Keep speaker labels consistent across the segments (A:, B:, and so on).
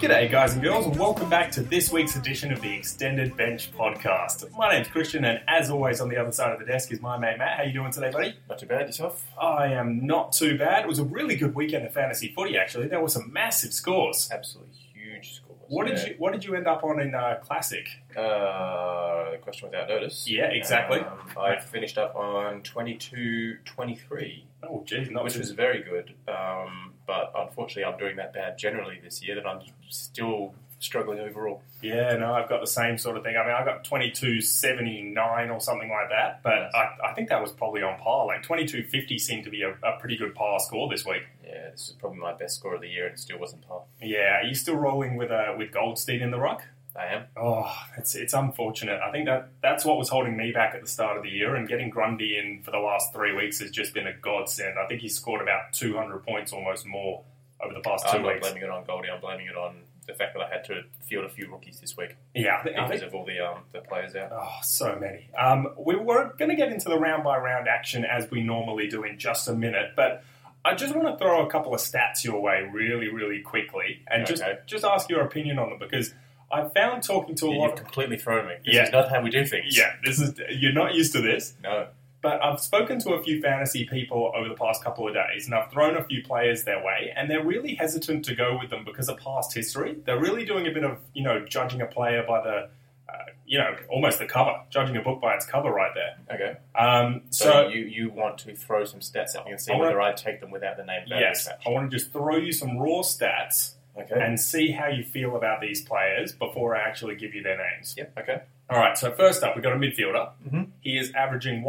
A: G'day, guys and girls, and welcome back to this week's edition of the Extended Bench Podcast. My name's Christian, and as always, on the other side of the desk is my mate Matt. How you doing today, buddy?
B: Not too bad yourself.
A: I am not too bad. It was a really good weekend of fantasy footy. Actually, there were some massive scores.
B: Absolutely huge score.
A: What did you What did you end up on in uh, classic?
B: you? Uh, question without notice.
A: Yeah, exactly.
B: Um, I finished up on 22-23,
A: Oh, geez, not
B: which was very good. Um, but unfortunately, I'm doing that bad generally this year that I'm still struggling overall.
A: Yeah, no, I've got the same sort of thing. I mean, I got 2279 or something like that, but
B: Nice.
A: I, I think that was probably on par. Like 2250 seemed to be a, a pretty good par score this week.
B: Yeah, this is probably my best score of the year and it still wasn't par.
A: Yeah, are you still rolling with uh, with Goldstein in the ruck?
B: I am.
A: Oh, it's it's unfortunate. I think that that's what was holding me back at the start of the year, and getting Grundy in for the last three weeks has just been a godsend. I think he scored about 200 points, almost more, over the past 2
B: I'm not
A: weeks.
B: blaming it on Goldie. I'm blaming it on the fact that I had to field a few rookies this week
A: Yeah, I think- I
B: because
A: think
B: of all the um, the players out.
A: Oh, so many. Um, we were going to get into the round by round action as we normally do in just a minute, but I just want to throw a couple of stats your way really, really quickly and just
B: Okay.
A: just ask your opinion on them because I found talking to a
B: You've
A: lot. Of,
B: completely thrown me. This
A: Yeah.
B: is not how we do things.
A: yeah, this is you're not used to this,
B: No.
A: but I've spoken to a few fantasy people over the past couple of days and I've thrown a few players their way, and they're really hesitant to go with them because of past history. They're really doing a bit of you know judging a player by the. Uh, you know, almost the cover, judging a book by its cover, right there.
B: Okay.
A: Um,
B: So,
A: so,
B: you, you want to throw some stats at me and see
A: I wanna-
B: whether I take them without the name value
A: yes,
B: attached.
A: I want to just throw you some raw stats
B: Okay.
A: and see how you feel about these players before I actually give you their names.
B: yep. Okay.
A: All right, so first up, we've got a midfielder.
B: Mhm.
A: He is averaging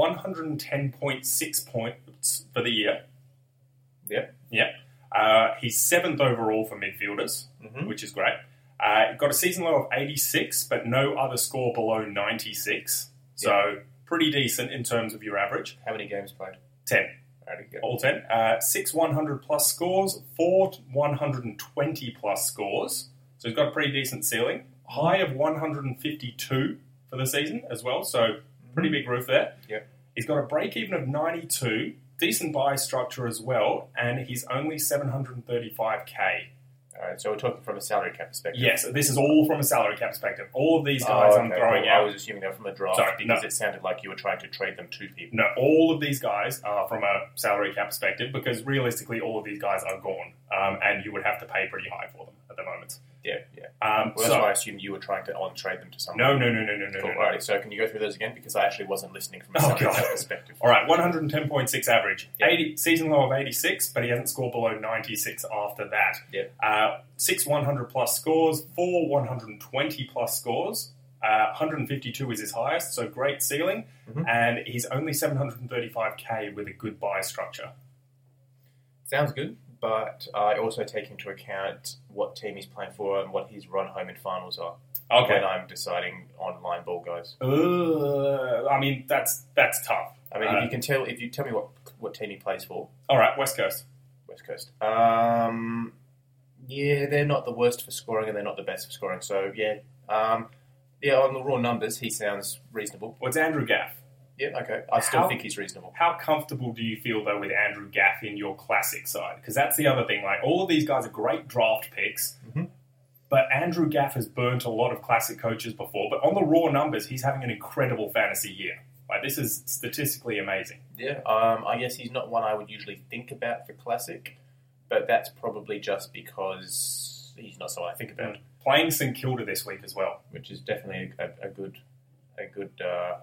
A: 110.6 points for the year.
B: Yep.
A: Yep. Uh, he's seventh overall for midfielders,
B: Mhm.
A: which is great. Uh, got a season low of 86, but no other score below 96. So, pretty decent in terms of your average.
B: How many games played?
A: 10.
B: Alrighty, good.
A: all 10. Uh, six 100 plus scores, four 120 plus scores. So he's got a pretty decent ceiling. High of 152 for the season as well. So pretty big roof there.
B: Mm-hmm. Yep.
A: He's got a break even of 92, decent buy structure as well, and he's only 735k.
B: All right. So we're talking from a salary cap perspective.
A: Yes, this is all from a salary cap perspective. All of these guys
B: Oh,
A: I'm
B: okay,
A: throwing
B: cool. I
A: out.
B: was assuming they were from a draft
A: Sorry,
B: because
A: no.
B: it sounded like you were trying to trade them to people.
A: No, all of these guys are from a salary cap perspective because realistically, all of these guys are gone, um, and you would have to pay pretty high for them at the moment.
B: Yeah. Yeah.
A: Um,
B: Well, that's
A: so,
B: why I assumed you were trying to on trade them to someone.
A: no, no, no, no, no, no,
B: Cool.
A: no.
B: Alrighty. So can you go through those again because I actually wasn't listening from a
A: Oh,
B: salary
A: God.
B: cap perspective.
A: All right, 110.6 average,
B: Yeah.
A: 80, season low of 86, but he hasn't scored below 96 after that.
B: Yeah.
A: Uh, six 100 plus scores, four 120 plus scores. Uh, 152 is his highest, so great ceiling,
B: Mhm.
A: and he's only 735k with a good buy structure.
B: Sounds good, but I also take into account what team he's playing for and what his run home and finals are when I'm deciding on line ball guys.
A: Uh, I mean, that's that's tough.
B: I mean,
A: Uh,
B: if you can tell, if you tell me what what team he plays for,
A: All right, West Coast.
B: West Coast. Um, yeah, they're not the worst for scoring, and they're not the best for scoring. So yeah, um, yeah, on the raw numbers, he sounds reasonable.
A: What's Andrew Gaff?
B: Yeah, okay, I still
A: How-
B: think he's reasonable.
A: How comfortable do you feel though with Andrew Gaff in your classic side? Because that's the other thing. Like all of these guys are great draft picks,
B: Mhm.
A: but Andrew Gaff has burnt a lot of classic coaches before. But on the raw numbers, he's having an incredible fantasy year. Like this is statistically amazing.
B: Yeah, um, I guess he's not one I would usually think about for classic, but that's probably just because he's not someone I think about,
A: Playing St Kilda this week as well.
B: which is definitely a, a, a good, a good uh,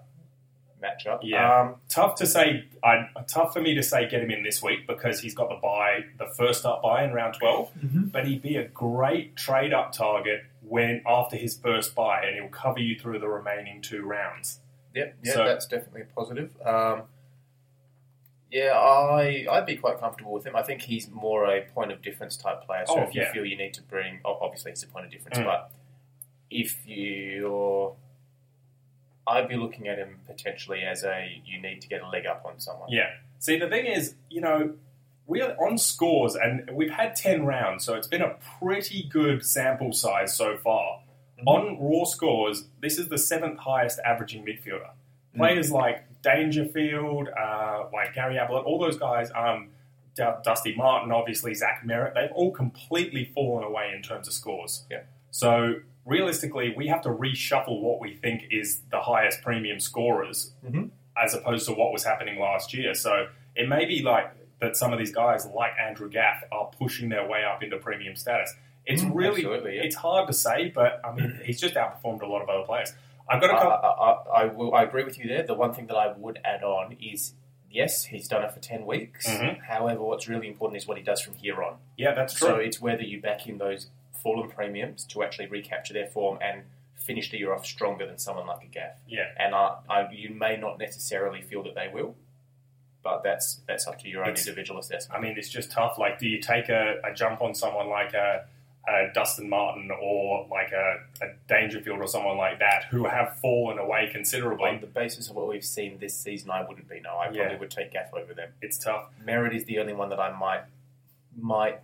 B: matchup.
A: Yeah.
B: Um,
A: Tough to say. I, tough for me to say get him in this week because he's got the buy, the first up buy in round 12 But he'd be a great trade up target when after his first buy, and he'll cover you through the remaining two rounds.
B: Yep, yeah,
A: So-
B: that's definitely a positive. Um, yeah, I I'd be quite comfortable with him. I think he's more a point of difference type player. So
A: Oh,
B: if you
A: yeah.
B: feel you need to bring, oh, obviously he's a point of difference,
A: Mm.
B: but if you're, I'd be looking at him potentially as a you need to get a leg up on someone.
A: Yeah. See, the thing is, you know, we're on scores, and we've had ten rounds, so it's been a pretty good sample size so far.
B: Mhm.
A: On raw scores, this is the seventh highest averaging midfielder.
B: Mm.
A: Players like Dangerfield, uh, like Gary Ablett, all those guys. Um, D- Dusty Martin, obviously Zach Merritt, they've all completely fallen away in terms of scores.
B: Yeah.
A: So realistically, we have to reshuffle what we think is the highest premium scorers
B: Mhm.
A: as opposed to what was happening last year. So it may be like that some of these guys, like Andrew Gaff, are pushing their way up into premium status. It's
B: Mm,
A: really
B: absolutely, yeah. Mm.
A: it's hard to say, but I mean, he's just outperformed a lot of other players. I've got
B: I,
A: a couple.
B: I, I, I will. I agree with you there. The one thing that I would add on is yes, he's done it for ten weeks.
A: Mhm.
B: However, what's really important is what he does from here on.
A: yeah, that's true.
B: So it's whether you back in those fallen premiums to actually recapture their form and finish the year off stronger than someone like a Gaff.
A: yeah,
B: And I, I, you may not necessarily feel that they will, but that's that's up to your own
A: It's-
B: individual assessment.
A: I mean, it's just tough. Like, do you take a, a jump on someone like a, a Dustin Martin or like a, a Dangerfield or someone like that who have fallen away
B: On
A: considerably?
B: the basis of what we've seen this season, I wouldn't be. No, I
A: Yeah.
B: probably would take Gaff over them.
A: It's tough.
B: Merritt is the only one that I might might.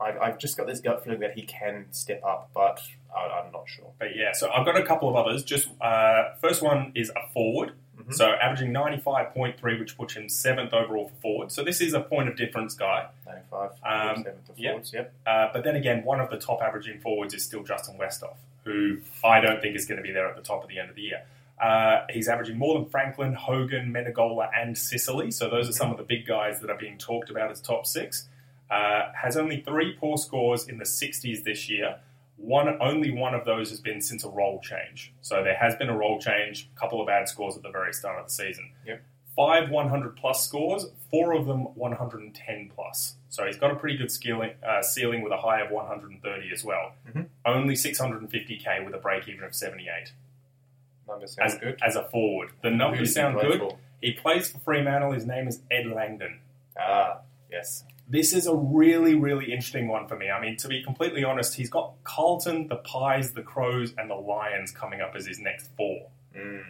B: I've, I've just got this gut feeling that he can step up, but I, I'm not sure.
A: But yeah, so I've got a couple of others. Just uh, first one is a forward,
B: Mhm.
A: so averaging ninety five point three, which puts him seventh overall for forward. So this is a point of difference guy.
B: 95,
A: Um,
B: 47 to
A: yeah.
B: forwards, yep.
A: Uh, but then again, one of the top averaging forwards is still Justin Westhoff, who I don't think is going to be there at the top at the end of the year. Uh, he's averaging more than Franklin, Hogan, Menegola, and Sicily. So those are some of the big guys that are being talked about as top six. Uh, has only three poor scores in the 60s this year. One, only one of those has been since a role change. So there has been a role change, a couple of bad scores at the very start of the season.
B: Yep.
A: Five 100 plus scores, four of them 110 plus. So he's got a pretty good skilling, uh, ceiling with a high of 130 as well.
B: Mhm.
A: Only 650k with a break even of 78
B: Numbers sound
A: as,
B: good.
A: as a forward. The numbers
B: Really
A: sound
B: plays
A: good.
B: ball.
A: He plays for Fremantle. His name is Ed Langdon.
B: Ah, yes.
A: This is a really, really interesting one for me. I mean, to be completely honest, he's got Carlton, the Pies, the Crows, and the Lions coming up as his next four.
B: Mm.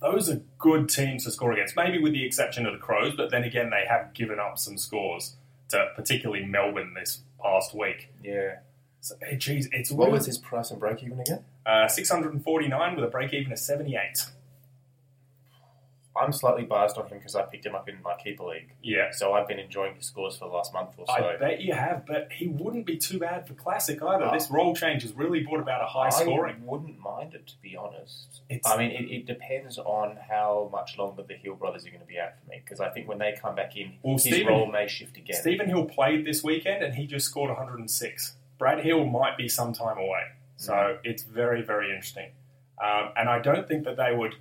A: Those are good teams to score against, maybe with the exception of the Crows, but then again, they have given up some scores to particularly Melbourne this past week.
B: Yeah.
A: So, eh, geez, it's
B: What
A: really-
B: was his price and break even again?
A: uh, 649 with a break even of 78.
B: I'm slightly biased on him because I picked him up in my keeper league,
A: Yeah.
B: so I've been enjoying his scores for the last month or so.
A: I bet you have, but he wouldn't be too bad for classic either.
B: Ah.
A: this role change has really brought about a high scoring.
B: wouldn't mind it to be honest.
A: It's-
B: I mean, it, it depends on how much longer the Hill brothers are going to be out for me because I think when they come back in,
A: Well,
B: his
A: Stephen-
B: role may shift again.
A: Stephen Hill played this weekend and he just scored 106. Brad Hill might be some time away, so
B: Mm.
A: it's very very interesting. Um, and I don't think that they would,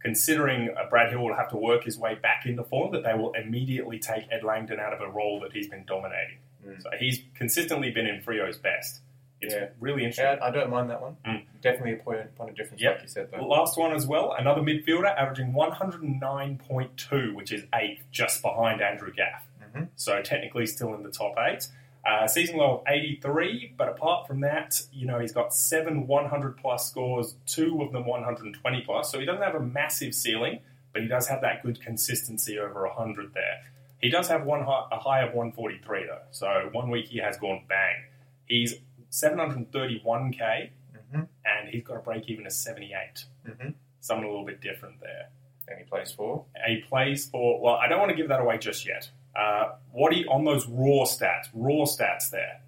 A: considering uh, Brad Hill will have to work his way back into form, that they will immediately take Ed Langdon out of a role that he's been dominating.
B: Mm.
A: So he's consistently been in Frio's best. It's
B: Yeah.
A: really interesting.
B: Yeah, I don't mind that one.
A: Mm.
B: Definitely a point, point of difference,
A: Yep.
B: like you said,
A: The
B: though.
A: Last one as well, another midfielder averaging 109.2, which is eighth, just behind Andrew Gaff.
B: Mhm.
A: So technically still in the top eight. Uh, season low of 83, but apart from that, you know, he's got seven 100 plus scores, two of them 120 plus. So he doesn't have a massive ceiling, but he does have that good consistency over 100 there. He does have one high, a high of 143 though. So one week he has gone bang. He's 731k
B: Mm-hmm.
A: and he's got a break even of 78
B: Mm-hmm.
A: something a little bit different there.
B: And he plays for.
A: He plays for, well, I don't want to give that away just yet. Uh, what he, on those raw stats, raw stats there,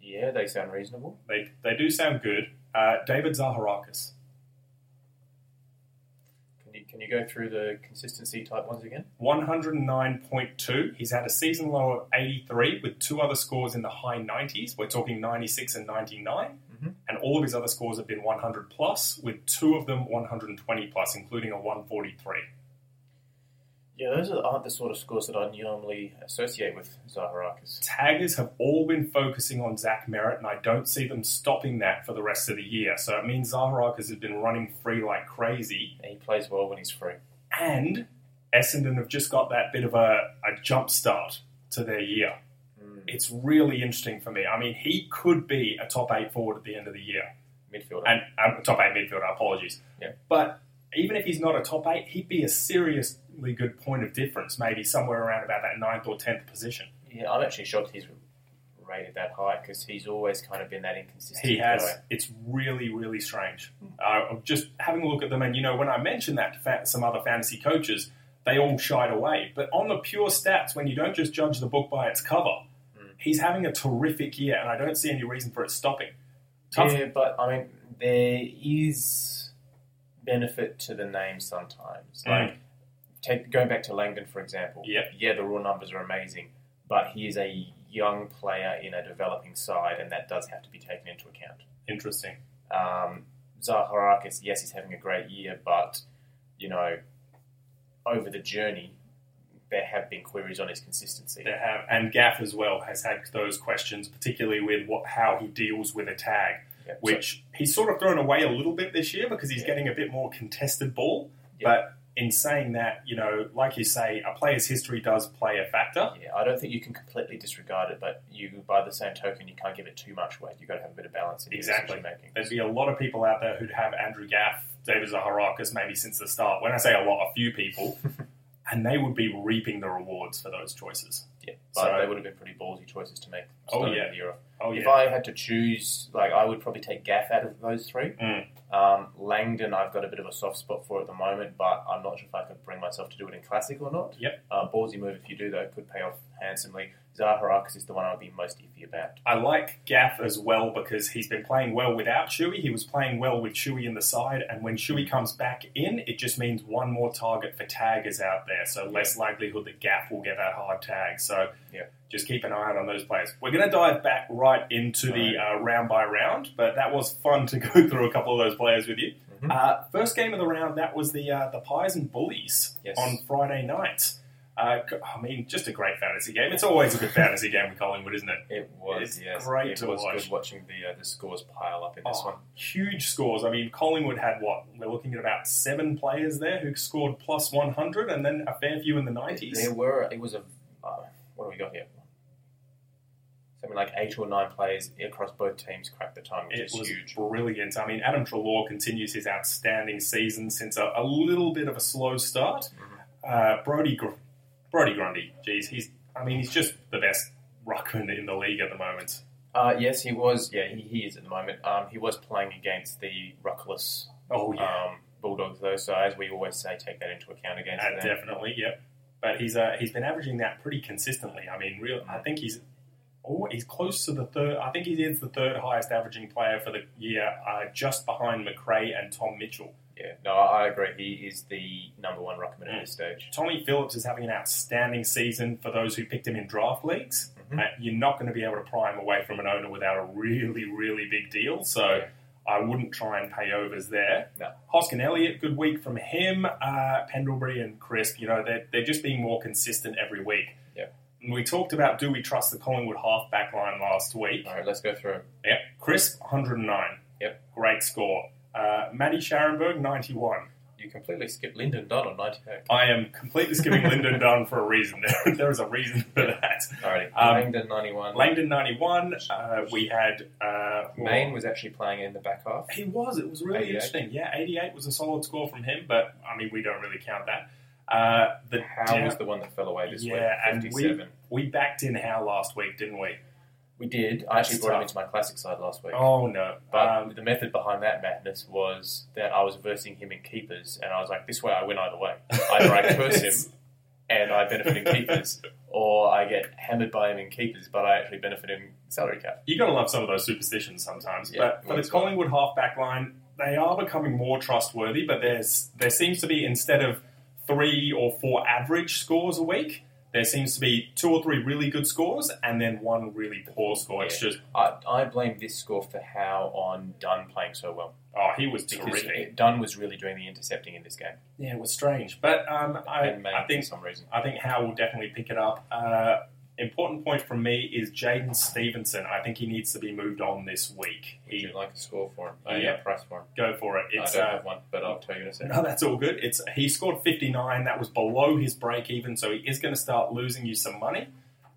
B: Yeah, they sound reasonable.
A: they, they do sound good. Uh, David Zaharakis.
B: Can you can you go through the consistency type ones again?
A: 109.2. He's had a season low of 83 with two other scores in the high 90s. We're talking 96 and 99.
B: Mhm.
A: And all of his other scores have been 100 plus, with two of them 120 plus, including a 143.
B: Yeah, those are- aren't the sort of scores that I normally associate with Zaharakis.
A: Taggers have all been focusing on Zach Merritt, and I don't see them stopping that for the rest of the year. So it means Zaharakis has been running free like crazy,
B: And he plays well when he's free.
A: and Essendon have just got that bit of a, a jump start to their year. It's really interesting for me. I mean, he could be a top eight forward at the end of the year,
B: Midfielder.
A: and um, top eight midfielder. Apologies,
B: Yeah.
A: but. Even if he's not a top eight, he'd be a seriously good point of difference, maybe somewhere around about that ninth or tenth position.
B: Yeah, I'm actually shocked he's rated that high because he's always kind of been that inconsistent.
A: He has.
B: guy.
A: It's really, really strange. Uh, just having a look at them, and you know, when I mentioned that to fa- some other fantasy coaches, they all shied away. But on the pure stats, when you don't just judge the book by its cover,
B: Mm.
A: he's having a terrific year, and I don't see any reason for it stopping. Tough.
B: Yeah, but I mean, there is benefit to the name sometimes.
A: Mm.
B: Like, take going back to Langdon for example.
A: Yep.
B: Yeah, the raw numbers are amazing, but he is a young player in a developing side, and that does have to be taken into account.
A: Interesting.
B: Um, Zaharakis, yes, he's having a great year, but you know, over the journey, there have been queries on his consistency.
A: They have, and Gaff as well has had those questions, particularly with what how he deals with a tag.
B: Yeah, so-
A: which he's sort of thrown away a little bit this year because he's
B: Yeah.
A: getting a bit more contested ball.
B: Yeah.
A: But in saying that, you know, like you say, a player's history does play a factor.
B: Yeah, I don't think you can completely disregard it, but you, by the same token, you can't give it too much weight. You've got to have a bit of balance in your
A: Exactly.
B: decision making.
A: There'd be a lot of people out there who'd have Andrew Gaff, David Zaharakis, maybe since the start. When I say a lot, a few people, and they would be reaping the rewards for those choices.
B: Yeah, but
A: So-
B: they would have been pretty ballsy choices to make.
A: Oh,
B: starting
A: yeah.
B: the year off.
A: Oh
B: If
A: yeah,
B: I had to choose, like I would probably take Gaff out of those three.
A: Mm.
B: Um, Langdon, I've got a bit of a soft spot for at the moment, but I'm not sure if I could bring myself to do it in classic or not.
A: Yep.
B: Uh, ballsy move if you do though could pay off handsomely. Zaharakis is the one I'd be most iffy about.
A: I like Gaff as well because he's been playing well without Chewy. He was playing well with Chewy in the side, and when Chewy comes back in, it just means one more target for tag is out there, so less likelihood that Gaff will get that hard tag. So
B: Yeah.
A: just keep an eye out on those players. We're going to dive back right into the uh, round by round, but that was fun to go through a couple of those players with you.
B: Mhm.
A: Uh, first game of the round, that was the uh, the Pies and Bullies
B: Yes.
A: on Friday night. Uh, I mean, just a great fantasy game. It's always a good fantasy game with Collingwood, isn't it?
B: It was
A: It's
B: yes,
A: great
B: it
A: to
B: was
A: watch.
B: good watching the uh, the scores pile up in this
A: Oh,
B: one.
A: Huge scores. I mean, Collingwood had what? We're looking at about seven players there who scored plus 100 and then a fair few in the 90s.
B: There were it was a uh, what do we got here? Something like eight or nine players across both teams cracked the time, which
A: it
B: is
A: was
B: huge.
A: brilliant. I mean, Adam Trelaw continues his outstanding season since a, a little bit of a slow start.
B: Mm-hmm.
A: Uh, Brody, Gr- Brody Grundy, geez, he's, I mean, he's just the best ruckman in the league at the moment.
B: Uh, yes, he was. Yeah, he, he is at the moment. Um, he was playing against the ruckless
A: Oh, yeah.
B: um, Bulldogs, though. So as we always say, take that into account against
A: Uh,
B: them.
A: definitely, yep. But he's uh, he's been averaging that pretty consistently. I mean, real. I think he's oh, he's close to the third. I think he is the third highest averaging player for the year, uh, just behind McRae and Tom Mitchell.
B: Yeah, no, I I agree. He is the number one ruckman
A: Mm.
B: at this stage.
A: Tommy Phillips is having an outstanding season for those who picked him in draft leagues.
B: Mhm.
A: Uh, you're not going to be able to pry him away from an owner without a really, really big deal. So I wouldn't try and pay overs there.
B: No.
A: Hoskin Elliott, good week from him. Uh, Pendlebury and Crisp, you know, they're, they're just being more consistent every week.
B: Yeah.
A: And We talked about do we trust the Collingwood half back line last week.
B: All right, let's go through.
A: Yep. Crisp, 109.
B: Yep.
A: Great score. Uh, Matty Scharenberg, 91.
B: You completely skipped Lyndon Dunn on 98.
A: I am completely skipping Lyndon Dunn for a reason. There, there is a reason for that.
B: All right,
A: Um,
B: Langdon 91.
A: Langdon 91. Uh, we had. Uh,
B: Maine was actually playing in the back half.
A: He was. It was really
B: 88.
A: interesting. Yeah, 88 was a solid score from him, but I mean, we don't really count that. Uh, the
B: Howe
A: down-
B: was the one that fell away this
A: Yeah, and
B: week,
A: we-
B: 57.
A: we backed in Howe last week, didn't we?
B: we, did. I actually
A: That's
B: brought him
A: tough.
B: into my classic side last week.
A: Oh no.
B: But
A: um,
B: the method behind that madness was that I was versing him in keepers, and I was like, this way I win either way. Either I curse him and I benefit in keepers, or I get hammered by him in keepers, but I actually benefit in salary cap.
A: you got to love some of those superstitions sometimes.
B: Yeah,
A: but for the
B: always.
A: Collingwood halfback line, they are becoming more trustworthy. But there's there seems to be instead of three or four average scores a week, there seems to be two or three really good scores and then one really poor score. It's just
B: I, I blame this score for how on Dunn playing so well.
A: oh, he was
B: Because
A: terrific.
B: Dunn was really doing the intercepting in this game.
A: Yeah, it was strange. But um, I,
B: and Maine
A: I think
B: for some reason.
A: I think Howe will definitely pick it up. Uh, important point from me is Jaden Stevenson. I think he needs to be moved on this week.
B: Would
A: He,
B: you like a score for him? Uh,
A: Yeah.
B: yeah, price for him.
A: go for it. It's
B: I don't
A: uh,
B: have one, but I'll tell you in a second.
A: No, that's all good. It's he scored 59. That was below his break even, so he is going to start losing you some money.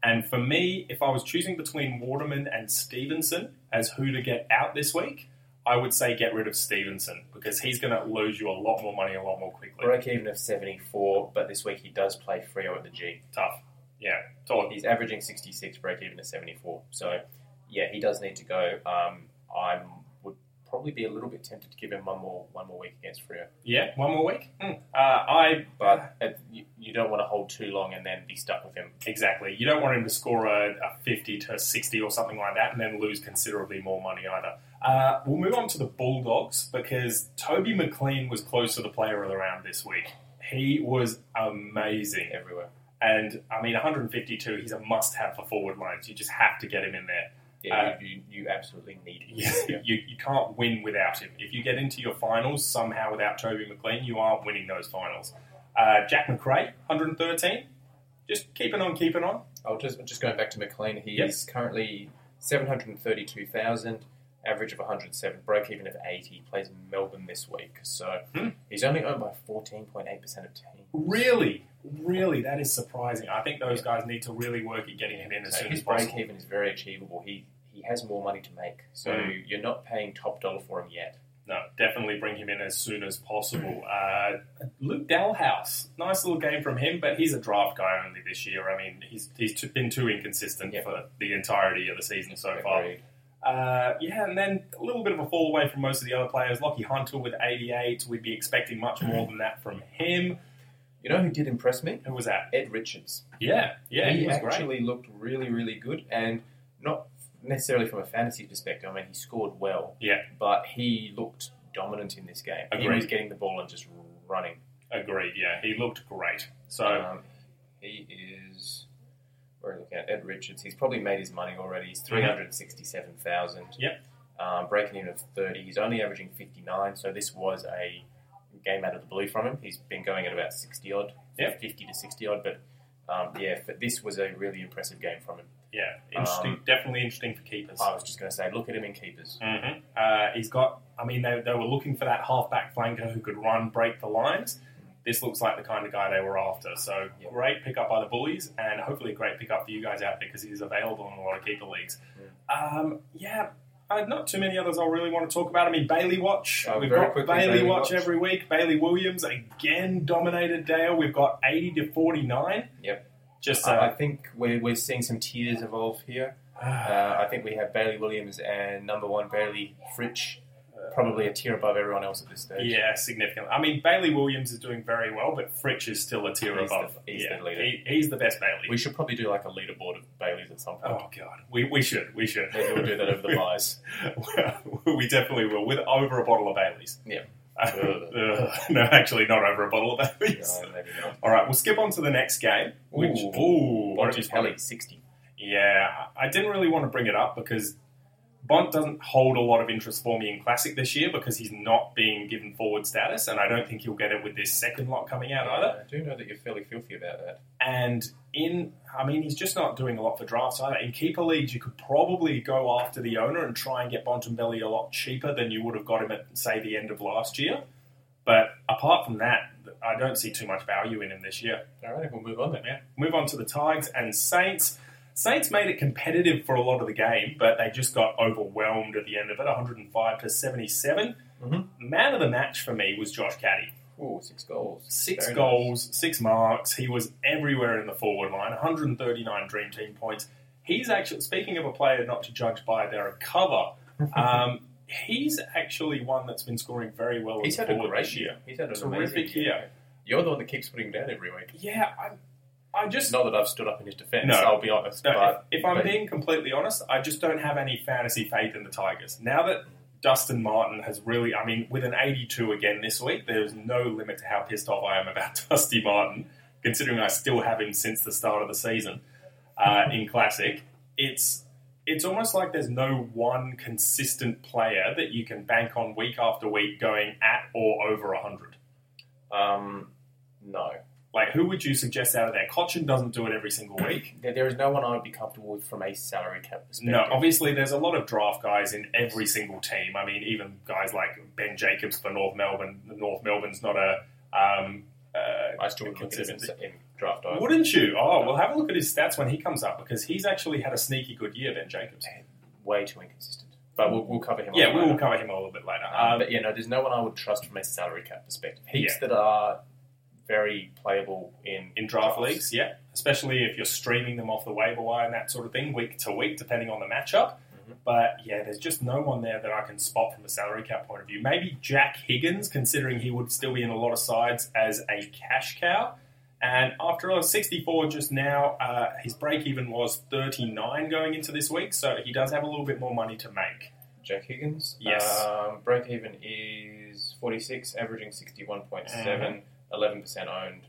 A: And for me, if I was choosing between Waterman and Stevenson as who to get out this week, I would say get rid of Stevenson because he's going to lose you a lot more money a lot more quickly.
B: Break even of 74, but this week he does play Frio at the G.
A: Tough. Yeah. Tough.
B: He's averaging 66, break even at 74. So, yeah, he does need to go. Um, I would probably be a little bit tempted to give him one more one more week against Freo.
A: Yeah, one more week. Hmm. Uh, I
B: But it, you, you don't want to hold too long and then be stuck with him.
A: exactly. You don't want him to score a, a fifty to sixty or something like that, and then lose considerably more money either. Uh, we'll move on to the Bulldogs because Toby McLean was close to the player of the round this week. He was amazing.
B: everywhere.
A: And I mean, 152, he's a must have for forward lines. You just have to get him in there.
B: Yeah, you, you, you absolutely need him. Uh, Yeah.
A: you, you can't win without him. If you get into your finals somehow without Toby McLean, you are winning those finals. Uh, Jack McRae, 113. Just keeping on, keeping on.
B: Oh, just just going back to McLean, he
A: Yep.
B: is currently seven hundred and thirty-two thousand, average of one hundred seven, break even of eighty. Plays in Melbourne this week, so
A: Hmm.
B: he's only owned by fourteen point eight percent of teams.
A: Really, really, that is surprising. I think those guys need to really work at getting him in as
B: So
A: soon
B: his
A: as
B: break
A: possible.
B: even is very achievable. He he has more money to make, so
A: Mm.
B: you're not paying top dollar for him yet.
A: No, definitely bring him in as soon as possible. Uh, Luke Dalhouse, nice little game from him, but he's a draft guy only this year. I mean, he's he's t- been too inconsistent
B: Yeah.
A: for the entirety of the season so far.
B: Agreed.
A: Uh, yeah, and then a little bit of a fall away from most of the other players. Lockie Hunter with 88. We'd be expecting much more than that from him.
B: You know who did impress me?
A: Who was that?
B: Ed Richards.
A: Yeah, yeah, he,
B: he,
A: was great.
B: actually looked really, really good, and not necessarily from a fantasy perspective. I mean, he scored well,
A: Yeah.
B: but he looked dominant in this game. He
A: Agreed.
B: was getting the ball and just running.
A: Agreed, yeah, he looked great. So,
B: um, he is. We're looking at Ed Richards. He's probably made his money already. He's three hundred sixty-seven thousand.
A: Mm-hmm. Yep.
B: Um, breaking in of thirty. He's only averaging fifty-nine. So this was a game out of the blue from him. He's been going at about sixty odd,
A: Yep.
B: fifty to sixty odd. But um, yeah, but this was a really impressive game from him.
A: yeah, interesting,
B: um, Uh,
A: definitely interesting for keepers.
B: I was just going to say, look at him in keepers.
A: hmm Uh, he's got, I mean, they, they were looking for that halfback flanker who could run, break the lines. This looks like the kind of guy they were after. So
B: Yeah.
A: great pickup by the Bullies, and hopefully a great pickup for you guys out there because he's available in a lot of keeper leagues. Um, yeah, uh, not too many others I really want to talk about. I mean, Bailey Watch.
B: Uh,
A: We've
B: very
A: got
B: quickly,
A: Bailey,
B: Bailey
A: Watch
B: Watch.
A: every week. Bailey Williams again dominated Dale. We've got 80 to 49.
B: Yep.
A: Just
B: I, I
A: uh,
B: think we're, we're seeing some tiers evolve here. Uh, I think we have Bailey Williams and number one Bailey Fritsch, probably a tier above everyone else at this stage.
A: Yeah, significant. I mean, Bailey Williams is doing very well, but Fritsch is still a tier
B: He's the-
A: above.
B: he's
A: yeah,
B: the leader.
A: He, he's the best Bailey.
B: We should probably do like a leaderboard of Baileys at some point.
A: oh god, we, we should we should.
B: Maybe we'll do that over the buys.
A: we definitely will with over a bottle of Baileys.
B: Yeah.
A: Uh, uh, no, actually, not over a bottle of Baileys.
B: No, maybe not.
A: All right, we'll skip on to the next game, which
B: Ooh.
A: ooh,
B: What
A: which
B: is
A: is probably-
B: Kelly? 60.
A: Yeah, I I didn't really want to bring it up because Bont doesn't hold a lot of interest for me in Classic this year because he's not being given forward status, and I don't think he'll get it with this second lot coming out either.
B: I do know that you're fairly filthy about that.
A: And in, I mean, he's just not doing a lot for drafts either. In keeper leagues, you could probably go after the owner and try and get Bontempelli a lot cheaper than you would have got him at, say, the end of last year. But apart from that, I don't see too much value in him this year.
B: All right, we'll move on then.
A: Yeah. Move on to the Tigers and Saints. Saints made it competitive for a lot of the game, but they just got overwhelmed at the end of it, 105 to 77.
B: Mhm.
A: Man of the match for me was Josh Caddy.
B: Ooh, six goals.
A: Six
B: Very nice.
A: goals, six marks. He was everywhere in the forward line. 139 Dream Team points. He's actually speaking of a player not to judge by their cover. Um, he's actually one that's been scoring very well.
B: He's
A: in
B: had
A: the
B: a
A: forward
B: great
A: this year.
B: year. He's had a
A: Terrific year.
B: You're the one that keeps putting him down every week.
A: Yeah, I, I just
B: Not that I've stood up in his defence,
A: No.
B: I'll be honest.
A: No,
B: but
A: if, if I'm
B: but-
A: being completely honest, I just don't have any fantasy faith in the Tigers. Now that Dustin Martin has really, I mean, with an 82 again this week, there's no limit to how pissed off I am about Dusty Martin, considering I still have him since the start of the season uh, in Classic. It's it's almost like there's no one consistent player that you can bank on week after week going at or over 100.
B: Um, no.
A: Like, who would you suggest out of there? Cochin doesn't do it every single week.
B: There, there is no one I would be comfortable with from a salary cap perspective.
A: No, obviously there's a lot of draft guys in every single team. I mean, even guys like Ben Jacobs for North Melbourne. North Melbourne's not a. Um, uh,
B: I still would consider him
A: Consistency.
B: in draft. I
A: wouldn't you? Oh, well, have a look at his stats when he comes up because he's actually had a sneaky good year, Ben Jacobs.
B: way too inconsistent. But we'll, we'll cover him.
A: Yeah,
B: on
A: we will
B: later.
A: cover him a little bit later.
B: Um,
A: Um,
B: but yeah, no, there's no one I would trust from a salary cap perspective. Heaps that are very playable in
A: in draft
B: drafts.
A: leagues, yeah, especially if you're streaming them off the waiver wire and that sort of thing, week to week, depending on the matchup. But yeah, there's just no one there that I can spot from a salary cap point of view. Maybe Jack Higgins, considering he would still be in a lot of sides as a cash cow. And after all, 64 just now, uh, his break even was 39 going into this week, so he does have a little bit more money to make.
B: Jack Higgins.
A: Yes.
B: Um, break even is 46, averaging 61.7, 11% owned,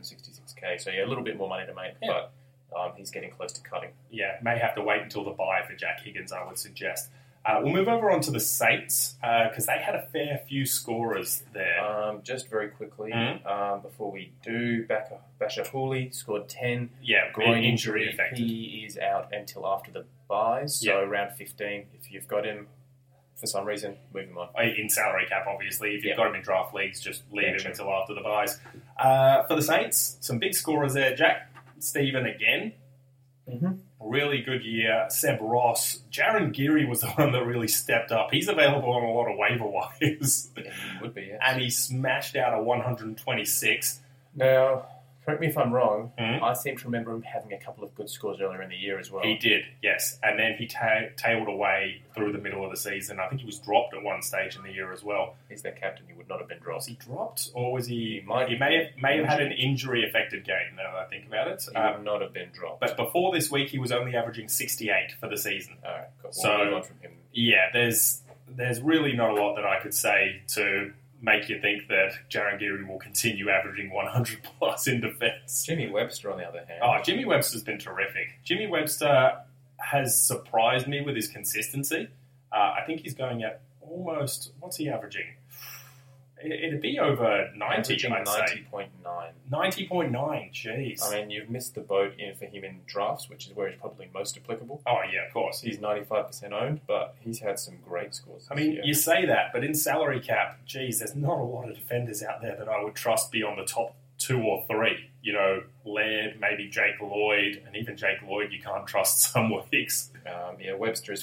B: 366k. So, yeah, a little bit more money to make,
A: Yeah.
B: but um, he's getting close to cutting.
A: Yeah, may have to wait until the buy for Jack Higgins, I would suggest. Uh, we'll move over onto the Saints because they had a fair few scorers there.
B: Um, just very quickly,
A: Mhm.
B: um, before we do, Baka- Basha Hooley scored 10.
A: yeah,
B: Groin
A: injury
B: injury,
A: affected.
B: he is out until after the buys. So,
A: Yeah.
B: round 15, if you've got him for some reason, move him on.
A: Uh, in salary cap, obviously. If you've
B: Yeah.
A: got him in draft leagues, just leave
B: Yeah,
A: him
B: true.
A: until after the buys. Uh, for the Saints, some big scorers there. Jack Stephen again,
B: Mm-hmm.
A: really good year. Seb Ross, Jaron Geary was the one that really stepped up. He's available on a lot of waiver wires,
B: would be, yeah.
A: and he smashed out a 126.
B: Now, correct me if I'm wrong,
A: Mhm.
B: I seem to remember him having a couple of good scores earlier in the year as well.
A: He did, yes, and then he ta- tailed away through the middle of the season. I think he was dropped at one stage in the year as well.
B: He's their captain. He would not have been
A: Was
B: dropped.
A: he dropped, or was he?
B: He might
A: He
B: have
A: may
B: been
A: have, may have had an injury affected game. Now that I think about it,
B: He
A: um,
B: would not have been dropped.
A: But before this week, he was only averaging 68 for the season.
B: All right, cool.
A: So-
B: we'll move on from him.
A: Yeah, there's there's really not a lot that I could say to make you think that Jaron Geary will continue averaging 100 plus in defense.
B: Jimmy Webster, on the other hand,
A: Oh, Jimmy Webster's been terrific. Jimmy Webster has surprised me with his consistency. Uh, I think he's going at almost what's he averaging? It, it'd be over 90,
B: averaging
A: I'd say.
B: 90.9.
A: 90.9, jeez.
B: I mean, you've missed the boat in for him in drafts, which is where he's probably most applicable.
A: oh, yeah, of course.
B: He's 95% owned, but he's had some great scores.
A: I
B: this
A: mean,
B: year.
A: you say that, but in salary cap, geez, there's not a lot of defenders out there that I would trust beyond the top two or three. You know, Laird, maybe Jake Lloyd, and even Jake Lloyd you can't trust some weeks.
B: Um, yeah, Webster is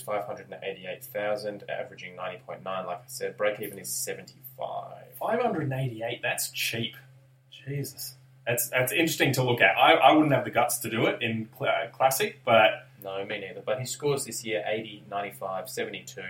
B: 588,000, averaging 90.9, like I said. Break even is 75.
A: 588, that's cheap. Jesus. That's, that's interesting to look at. I, I wouldn't have the guts to do it in cl- uh, Classic, but
B: No, me neither. But he scores this year 80, 95, 72.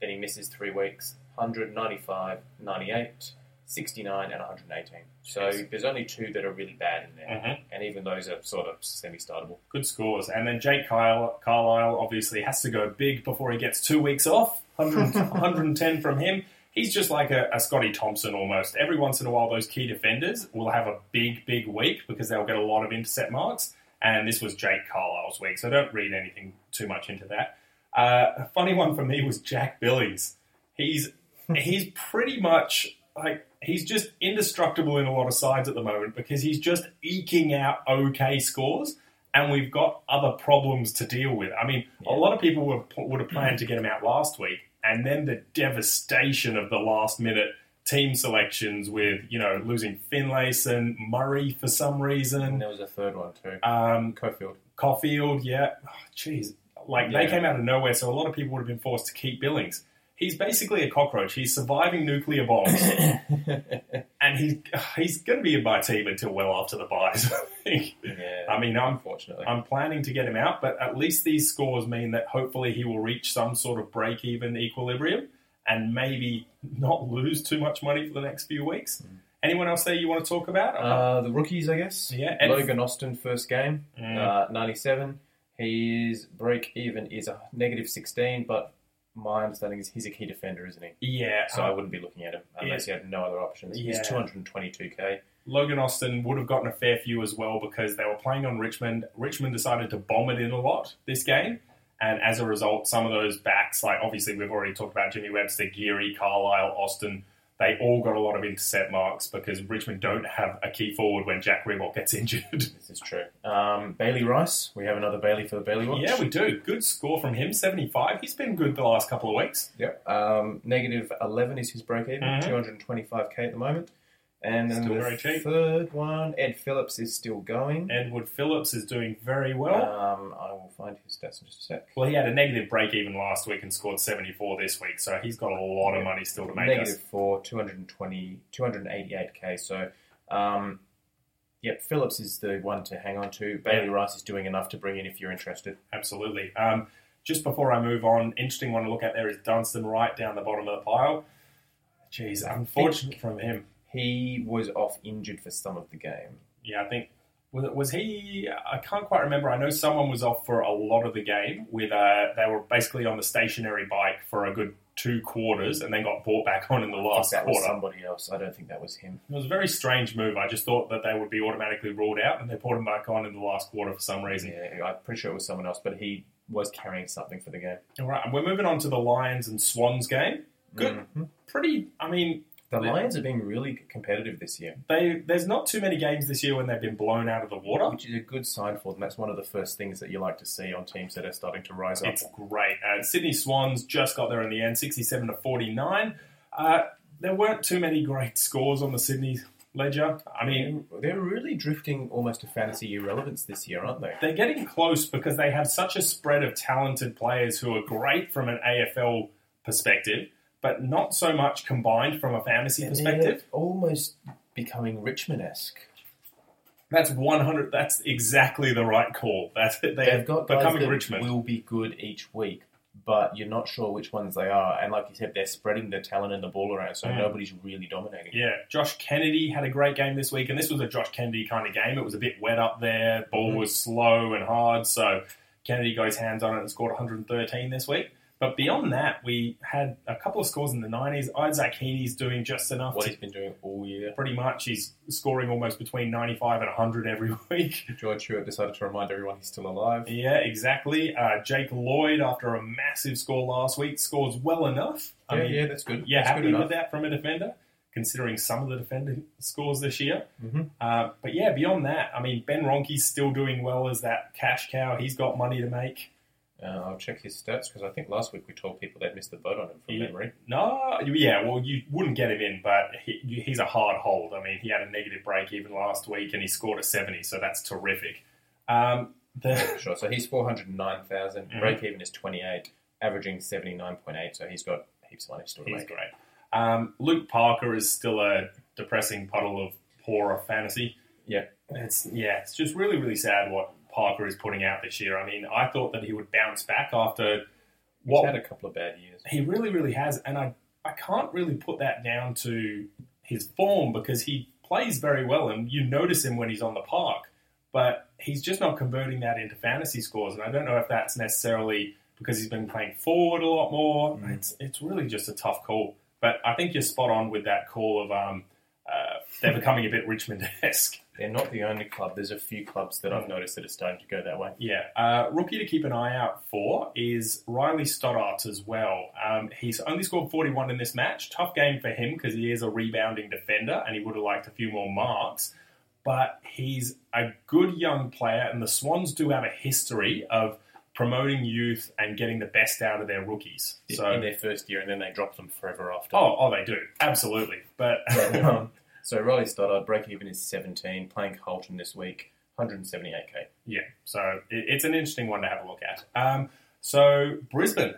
B: Then he misses three weeks 100, 95, 98, 69, and 118. So
A: Jeez.
B: there's only two that are really bad in there.
A: Mhm.
B: And even those are sort of semi startable.
A: good scores. And then Jake Kyle, Carlisle obviously has to go big before he gets two weeks off. 100, 110 from him. He's just like a, a Scotty Thompson almost. Every once in a while, those key defenders will have a big, big week because they'll get a lot of intercept marks. And this was Jake Carlisle's week, so don't read anything too much into that. Uh, a funny one for me was Jack Billings. He's he's pretty much like he's just indestructible in a lot of sides at the moment because he's just eking out okay scores, and we've got other problems to deal with. I mean, a
B: Yeah.
A: lot of people were, would have planned to get him out last week, and then the devastation of the last minute team selections with you know losing Finlayson, Murray for some
B: And
A: reason,
B: there was a third one, too.
A: um,
B: Cofield.
A: Caulfield, yeah. Oh, Jeez. like, they
B: Yeah.
A: came out of nowhere, so a lot of people would have been forced to keep Billings. He's basically a cockroach. He's surviving nuclear bombs, and he's he's going to be in my team until well after the buys. I think.
B: yeah,
A: I mean, I'm
B: unfortunately.
A: I'm planning to get him out, but at least these scores mean that hopefully he will reach some sort of break even equilibrium and maybe not lose too much money for the next few weeks. Anyone else there you want to talk about?
B: Hmm. Uh, the rookies, I guess.
A: Yeah, and-
B: Logan Austin, first game,
A: Mm.
B: uh, 97. His break even is a negative 16, but my understanding is he's a key defender, isn't he?
A: yeah.
B: So I wouldn't be looking at him unless you had no other options.
A: Um, Yeah.
B: He's 222k.
A: Logan Austin would have gotten a fair few as well because they were playing on Richmond. Richmond decided to bomb it in a lot this game. And as a result, some of those backs, like obviously we've already talked about Jimmy Webster, Geary, Carlisle, Austin, they all got a lot of intercept marks because Richmond don't have a key forward when Jack Reebok gets injured.
B: This is true. Um, Bailey Rice. We have another Bailey for the Bailey watch.
A: yeah, we do. Good score from him, 75. He's been good the last couple of weeks.
B: Yep. Um, negative 11 is his break even,
A: Mhm.
B: 225k at the moment. And then
A: Still
B: the
A: very cheap.
B: third one, Ed Phillips is still going.
A: Edward Phillips is doing very well.
B: Um, I will find his stats in just a sec.
A: well, he had a negative break even last week and scored 74 this week, so he's got a lot of money still to make us.
B: Negative four, 220, 288k. So, um, yep, Phillips is the one to hang on to. Bailey Rice is doing enough to bring in if you're interested.
A: Absolutely. Um, Just before I move on, interesting one to look at there is Dunstan right down the bottom of the pile. Jeez, unfortunate from him.
B: He was off injured for some of the game.
A: Yeah, I think was, was he? I can't quite remember. I know someone was off for a lot of the game. With uh, they were basically on the stationary bike for a good two quarters, and then got brought back on in the last
B: that was
A: quarter.
B: somebody else. I don't think that was him.
A: It was a very strange move. I just thought that they would be automatically ruled out, and they brought him back on in the last quarter for some reason.
B: Yeah, I'm pretty sure it was someone else, but he was carrying something for the game.
A: All right, and we're moving on to the Lions and Swans game. Good,
B: Mhm.
A: pretty. I mean,
B: The
A: Yeah.
B: Lions are being really competitive this year,
A: they there's not too many games this year when they've been blown out of the water.
B: which is a good sign for them. That's one of the first things that you like to see on teams that are starting to rise up.
A: It's great. And Sydney Swans just got there in the end, 67 to 49. Uh, there weren't too many great scores on the Sydney ledger. I mean,
B: they're really drifting almost to fantasy irrelevance this year, aren't they?
A: they're getting close because they have such a spread of talented players who are great from an AFL perspective, but not so much combined from a fantasy perspective.
B: They're almost becoming Richmond-esque.
A: That's 100. That's exactly the right call. That's it. They
B: They've
A: have
B: got guys
A: becoming
B: that
A: Richmond.
B: will be good each week, but you're not sure which ones they are. And like you said, they're spreading the talent and the ball around, so
A: Mm.
B: nobody's really dominating.
A: Yeah, Josh Kennedy had a great game this week, and this was a Josh Kennedy kind of game. It was a bit wet up there, ball
B: Mhm.
A: was slow and hard, so Kennedy got his hands on it and scored 113 this week. But beyond that, we had a couple of scores in the 90s. Isaac Heaney's doing just enough
B: What
A: to
B: he's been doing all year.
A: pretty much he's scoring almost between 95 and 100 every week.
B: George Hewitt decided to remind everyone he's still alive.
A: yeah, exactly. Uh, Jake Lloyd, after a massive score last week, scores well enough. I
B: yeah,
A: mean,
B: yeah, that's good.
A: yeah,
B: that's
A: happy
B: good
A: with that from a defender, considering some of the defender scores this year.
B: Mm-hmm.
A: Uh, but yeah, beyond that, I mean, Ben Ronke's still doing well as that cash cow. He's got money to make.
B: Uh, I'll check his stats because I think last week we told people they'd missed the boat on him from
A: Yeah.
B: memory.
A: No, yeah, well, you wouldn't get him in, but he, he's a hard hold. I mean, he had a negative break even last week, and he scored a 70, so that's terrific. Um, the,
B: Sure. So he's 409,000.
A: Mhm.
B: Break even is 28, averaging 79.8. So he's got heaps of money still to
A: he's
B: make.
A: great. Um, Luke Parker is still a depressing puddle of poorer fantasy.
B: Yeah.
A: It's yeah, it's just really really sad what Parker is putting out this year. I mean, I thought that he would bounce back after
B: He's
A: what
B: had a couple of bad years.
A: he really really has, and I I can't really put that down to his form because he plays very well, and you notice him when he's on the park, but he's just not converting that into fantasy scores, and I don't know if that's necessarily because he's been playing forward a lot more.
B: Mm.
A: It's it's really just a tough call, but I think you're spot on with that call of um. Uh, they're becoming a bit Richmond-esque.
B: They're not the only club. There's a few clubs that
A: Mm.
B: I've noticed that are starting to go that way.
A: Yeah, uh, rookie to keep an eye out for is Riley Stoddart as well. Um, he's only scored 41 in this match. Tough game for him because he is a rebounding defender and he would have liked a few more marks. But he's a good young player, and the Swans do have a history of promoting youth and getting the best out of their rookies.
B: in
A: So,
B: their first year, and then they drop them forever after.
A: oh, oh, they do absolutely. But
B: So, um, so Riley Stoddard, break even is 17, playing Colton this week, 178k.
A: Yeah, so it, it's an interesting one to have a look at. Um, so Brisbane,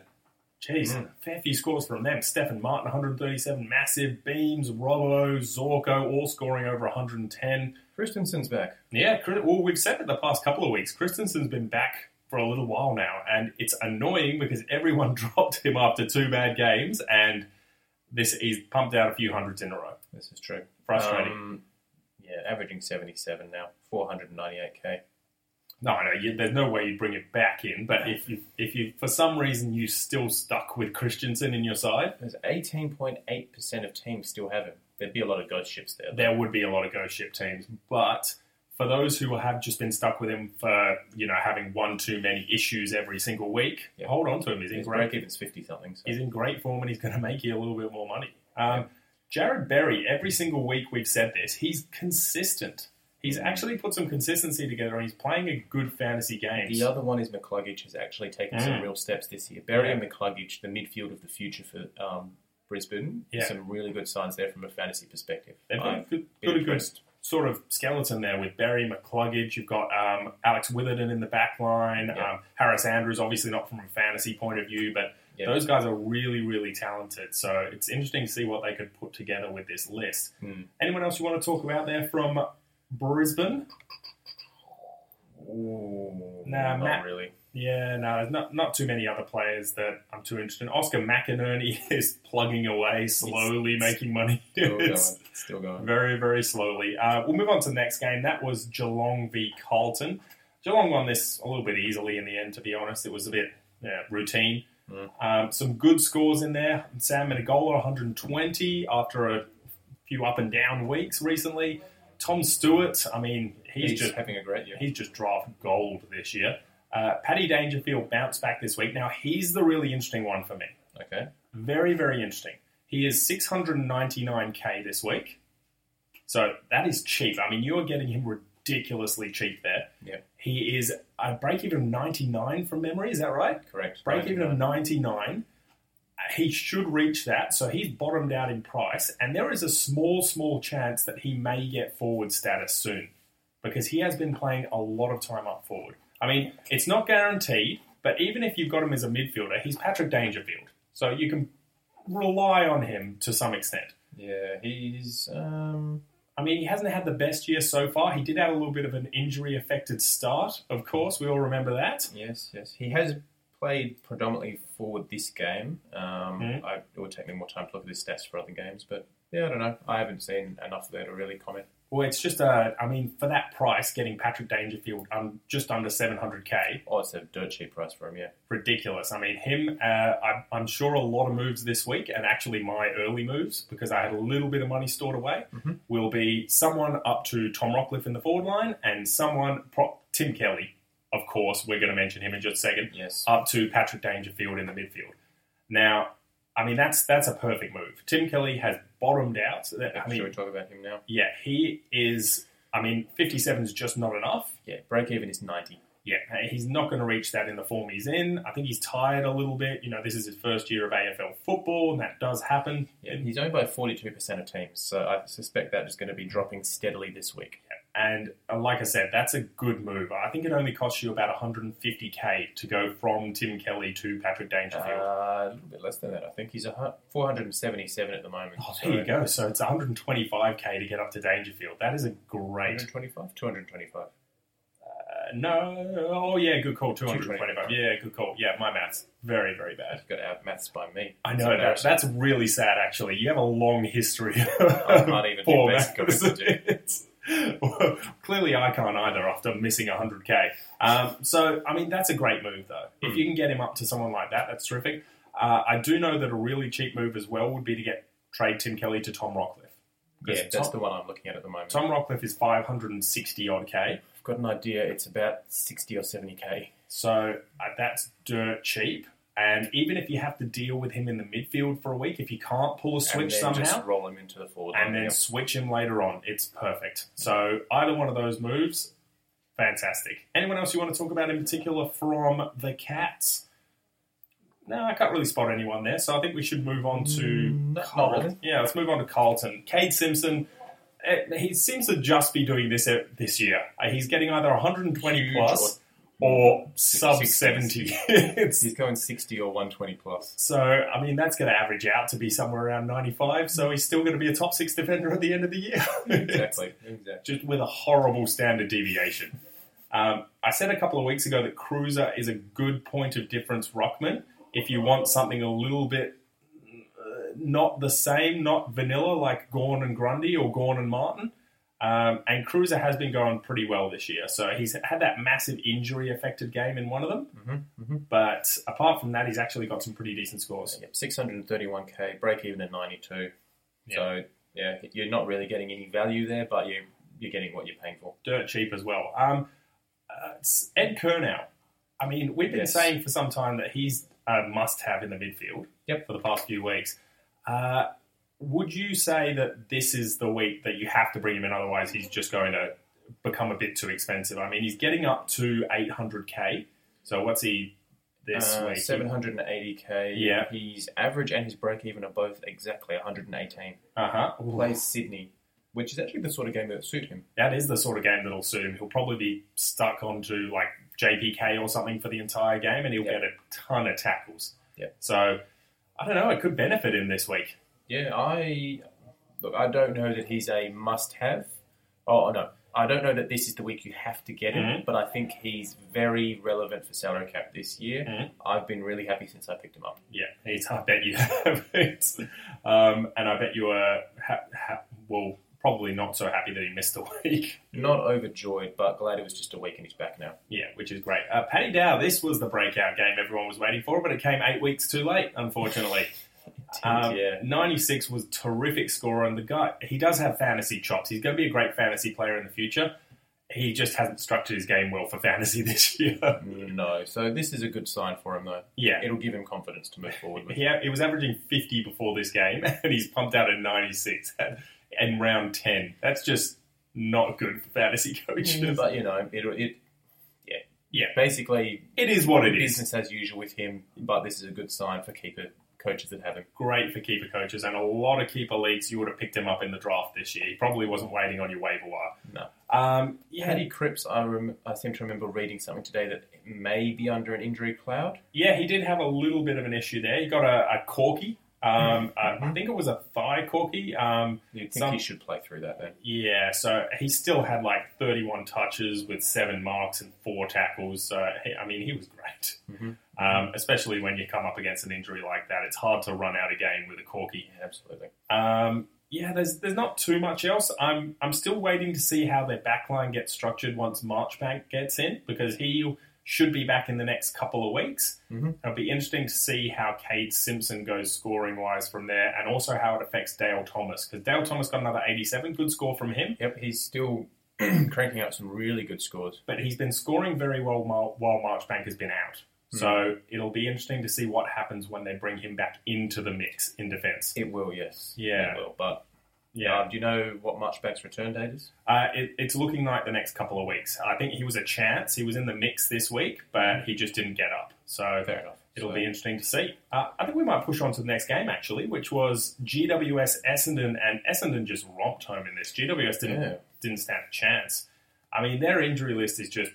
A: geez,
B: Mm.
A: fair few scores from them. Stephen Martin, 137, massive beams. Robbo, Zorko, all scoring over 110.
B: Christensen's back.
A: Yeah, Chris- well, we've said it the past couple of weeks. Christensen's been back for a little while now, and it's annoying because everyone dropped him after two bad games, and this he's pumped out a few hundreds in a row.
B: This is true.
A: Frustrating.
B: Um, yeah, averaging 77 now, 498k.
A: No, no, you, there's no way you bring it back in. But if you, if you, for some reason, you still stuck with Christensen in your side,
B: There's 18.8% of teams still have him. There'd be a lot of god ships there.
A: there would be a lot of ghost ship teams. But for those who have just been stuck with him for you know having one too many issues every single week,
B: Yeah.
A: hold on to him. He's in
B: His
A: great,
B: break even's 50 something. So.
A: he's in great form, and he's going to make you a little bit more money. Um, Jared Berry, every single week we've said this, he's consistent. He's actually put some consistency together, and he's playing a good fantasy game.
B: The other one is McCluggage has actually taken
A: Mm.
B: some real steps this year. Barry
A: Yeah.
B: and McCluggage, the midfield of the future for um, Brisbane,
A: Yeah.
B: some really good signs there from a fantasy perspective.
A: They've got a
B: I've
A: good,
B: been
A: got a good
B: impressed.
A: sort of skeleton there with Barry McCluggage. You've got um, Alex Witherden in the back line.
B: Yeah.
A: Um, Harris Andrews, obviously not from a fantasy point of view, but
B: Yeah.
A: those guys are really, really talented. So it's interesting to see what they could put together with this list.
B: Hmm.
A: Anyone else you want to talk about there from Brisbane?
B: Ooh,
A: Nah,
B: not
A: Matt-
B: really.
A: Yeah, no, there's not not too many other players that I'm too interested in. Oscar McInerney is plugging away slowly,
B: it's
A: making money.
B: Still going.
A: It's
B: Still going.
A: very, very slowly. Uh, we'll move on to the next game. That was Geelong v Carlton. Geelong won this a little bit easily in the end, to be honest. It was a bit yeah, routine.
B: Mm.
A: Um, some good scores in there. Sam Menegola, 120 after a few up and down weeks recently. Tom Stewart, I mean,
B: He's,
A: he's just
B: having a great year.
A: He's just drafted gold this year. Uh, Paddy Dangerfield bounced back this week. Now, he's the really interesting one for me.
B: Okay.
A: Very, very interesting. He is 699k this week. So that is cheap. I mean, you are getting him ridiculously cheap there.
B: Yep.
A: He is a break even of 99 from memory. Is that right?
B: Correct.
A: Break even of
B: Ninety-nine.
A: 99. Uh, He should reach that. So he's bottomed out in price. And there is a small, small chance that he may get forward status soon because he has been playing a lot of time up forward. I mean, it's not guaranteed, but even if you've got him as a midfielder, he's Patrick Dangerfield. So you can rely on him to some extent.
B: Yeah, he's um.
A: I mean, he hasn't had the best year so far. He did have a little bit of an injury affected start, of course. We all remember that.
B: Yes, yes. He has played predominantly forward this game. Um,
A: Mhm.
B: I, it would take me more time to look at his stats for other games, but yeah, I don't know. I haven't seen enough there to really comment.
A: Well, it's just, uh, I mean, for that price, getting Patrick Dangerfield um, just under 700k,
B: Oh, it's a dirt cheap price for him, yeah.
A: ridiculous. I mean, him, uh, I, I'm sure a lot of moves this week, and actually my early moves, because I had a little bit of money stored away,
B: Mhm.
A: will be someone up to Tom Rockcliffe in the forward line and someone, pro- Tim Kelly, of course, we're going to mention him in just a second,
B: Yes.
A: up to Patrick Dangerfield in the midfield. Now, I mean, that's that's a perfect move. Tim Kelly has bottomed out. I
B: Should we
A: mean,
B: talk about him now?
A: yeah, he is. I mean, 57 is just not enough.
B: Yeah, break even is 90.
A: Yeah, he's not going to reach that in the form he's in. I think he's tired a little bit. You know, this is his first year of AFL football, and that does happen.
B: Yeah, he's owned by 42% of teams, so I suspect that is going to be dropping steadily this week.
A: And uh, like I said, that's a good move. I think it only costs you about 150k to go from Tim Kelly to Patrick
B: Uh,
A: Dangerfield.
B: a little bit less than that, I think. He's a hu- 477 at the moment.
A: oh,
B: so-
A: there you go. So it's 125k to get up to Dangerfield. That is a great
B: 125? 225.
A: Uh, no. Oh, yeah, good call. 225.
B: 225.
A: Yeah, good call. Yeah, my math's very, very bad.
B: I've got out maths by me.
A: I
B: It's
A: know that,
B: embarrassing.
A: that's really sad. Actually, you have a long history.
B: I
A: Of
B: can't even do
A: poor
B: basic
A: maths.
B: arithmetic.
A: It's- well, clearly, I can't either after missing 100k. Um, so, I mean, that's a great move though. If
B: Hmm.
A: you can get him up to someone like that, that's terrific. Uh, I do know that a really cheap move as well would be to get trade Tim Kelly to Tom Rockcliffe.
B: Yeah,
A: Because
B: that's
A: Tom,
B: the one I'm looking at at the moment.
A: Tom Rockcliffe is 560 odd k.
B: I've got an idea. It's about 60 or 70k.
A: So uh, that's dirt cheap. And even if you have to deal with him in the midfield for a week, if you can't pull a
B: and
A: switch
B: then
A: somehow
B: Just roll him into the forward
A: and
B: line.
A: then switch him later on, it's perfect. So either one of those moves, fantastic. Anyone else you want to talk about in particular from the Cats? No, I can't really spot anyone there, so I think we should move on to
B: Mm, not
A: Carl-
B: really.
A: Yeah, let's move on to Carlton. Cade Simpson, eh, he seems to just be doing this eh, this year. Uh, He's getting either 120
B: Huge
A: plus
B: or-
A: or sub
B: 60.
A: 70. It's-
B: He's going 60 or 120 plus.
A: so, I mean, that's going to average out to be somewhere around 95. So, he's still going to be a top six defender at the end of the year.
B: Exactly. exactly.
A: Just with a horrible standard deviation. Um, I said a couple of weeks ago that Cruiser is a good point of difference Rockman. If you want something a little bit uh, not the same, not vanilla like Gorn and Grundy or Gorn and Martin. Um, and Cruiser has been going pretty well this year. So he's had that massive injury affected game in one of them.
B: Mm-hmm, hmm
A: But apart from that, he's actually got some pretty decent scores.
B: Yep, 631k, break even at 92.
A: Yeah.
B: So, yeah, you're not really getting any value there, but you, you're getting what you're paying for.
A: Dirt cheap as well. Um, uh, it's Ed Kernow. I mean, we've been
B: Yes.
A: saying for some time that he's a must have in the midfield
B: Yep.
A: for the past few weeks. Uh, would you say that this is the week that you have to bring him in? Otherwise, he's just going to become a bit too expensive. I mean, he's getting up to 800k. So, what's he this
B: Uh,
A: week?
B: 780k.
A: Yeah.
B: His average and his break even are both exactly 118.
A: Uh huh.
B: Plays Sydney, which is actually the sort of game that would suit him.
A: that is the sort of game that'll suit him. He'll probably be stuck onto like JPK or something for the entire game, and he'll
B: Yeah.
A: get a ton of tackles.
B: Yeah.
A: So I don't know. It could benefit him this week.
B: Yeah, I look. I don't know that he's a must-have. Oh no, I don't know that this is the week you have to get him,
A: Mhm.
B: but I think he's very relevant for salary cap this year.
A: Mhm.
B: I've been really happy since I picked him up.
A: Yeah, it's, I bet you haven't. Um, and I bet you are, ha- ha- well, probably not so happy that he missed the week.
B: Not overjoyed, but glad it was just a week and he's back now.
A: Yeah, which is great. Uh, Paddy Dow, this was the breakout game everyone was waiting for, but it came eight weeks too late, unfortunately. Um,
B: yeah.
A: 96 was terrific scorer, and the guy he does have fantasy chops. He's going to be a great fantasy player in the future. He just hasn't structured his game well for fantasy this year.
B: No, so this is a good sign for him though.
A: yeah,
B: It'll give him confidence to move forward with.
A: he, ha- he was averaging 50 before this game, and he's pumped out at 96 at, in round 10. That's just not good for fantasy coaches.
B: But you know, it, it yeah,
A: Yeah.
B: Basically,
A: it is what it is.
B: business as usual with him. But this is a good sign for keeper coaches that have him.
A: Great for keeper coaches, and a lot of keeper leagues you would have picked him up in the draft this year. He probably wasn't waiting on your waiver wire.
B: No.
A: Um, yeah,
B: Paddy Cripps, I, rem- I seem to remember reading something today that may be under an injury cloud.
A: Yeah, he did have a little bit of an issue there. He got a, a corky. Um, a- I think it was a thigh corky. Um,
B: You'd think
A: Some-
B: he should play through that then.
A: yeah, so he still had like 31 touches with seven marks and four tackles. So, he, I mean, he was great.
B: Mhm.
A: Um, especially when you come up against an injury like that, it's hard to run out a game with a corky.
B: Yeah, absolutely.
A: Um, yeah, there's there's not too much else. I'm I'm still waiting to see how their backline gets structured once Marchbank gets in because he should be back in the next couple of weeks.
B: Mhm.
A: It'll be interesting to see how Cade Simpson goes scoring wise from there, and also how it affects Dale Thomas because Dale Thomas got another 87, good score from him,
B: Yep, he's still cranking out some really good scores.
A: but he's been scoring very well while, while Marchbank has been out. So it'll be interesting to see what happens when they bring him back into the mix in defence.
B: It will, yes.
A: Yeah.
B: It will. But
A: Yeah,
B: um, do you know what Marchback's return date is?
A: Uh, it, it's looking like the next couple of weeks. I think he was a chance. He was in the mix this week, but he just didn't get up. So
B: Fair enough.
A: it'll
B: So-
A: be interesting to see. Uh, I think we might push on to the next game, actually, which was GWS Essendon, and Essendon just romped home in this. GWS didn't,
B: Yeah.
A: didn't stand a chance. I mean, their injury list is just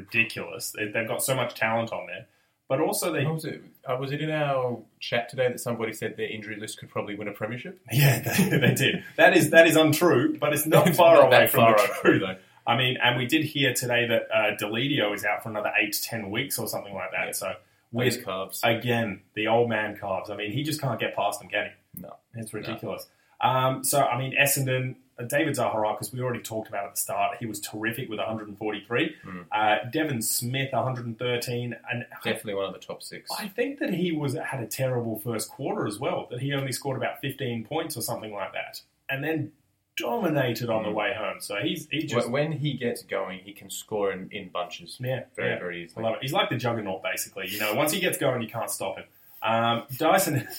A: ridiculous. They, they've got so much talent on there. But also, they.
B: What was it? Uh, was it in our chat today that somebody said their injury list could probably win a premiership?
A: Yeah, they, they did. That is that is untrue, but it's not far
B: Not
A: away
B: that
A: from
B: far
A: the
B: away,
A: truth.
B: though.
A: I mean, and we did hear today that uh, Delidio is out for another eight to ten weeks or something like that.
B: Yeah.
A: So
B: Those
A: with
B: calves.
A: again the old man calves. I mean, he just can't get past them, can he?
B: No.
A: it's ridiculous. Um, so I mean, Essendon, uh, David Zaharakis, we already talked about at the start. He was terrific with 143.
B: Mm.
A: Uh, Devin Smith 113, and
B: Definitely one of the top six.
A: I think that he was had a terrible first quarter as well. That he only scored about 15 points or something like that, and then dominated on the
B: Mm.
A: way home. So he's he just
B: Wh- when he gets going, he can score in, in bunches
A: yeah
B: very,
A: yeah.
B: very
A: I
B: easily.
A: love it. He's like the juggernaut, basically. You know, once he gets going, you can't stop him. Um, Dyson,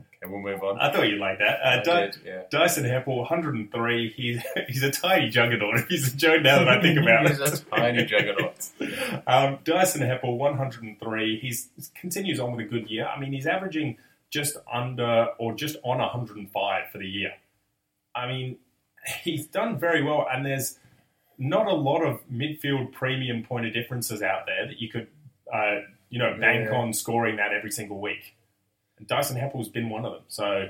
B: Okay, we'll move on.
A: I thought you'd like that.
B: I
A: Uh, Dy-
B: did, yeah.
A: Dyson Heppel, 103. He's he's a tiny juggernaut. If he's a Joe now that I think about
B: He's
A: it.
B: a tiny juggernaut.
A: Um, Dyson Heppel, 103. He's continues on with a good year. I mean, he's averaging just under or just on 105 for the year. I mean, he's done very well, and there's not a lot of midfield premium point of differences out there that you could, uh, you know, bank
B: Yeah.
A: on scoring that every single week. And Dyson Heppel's been one of them. So,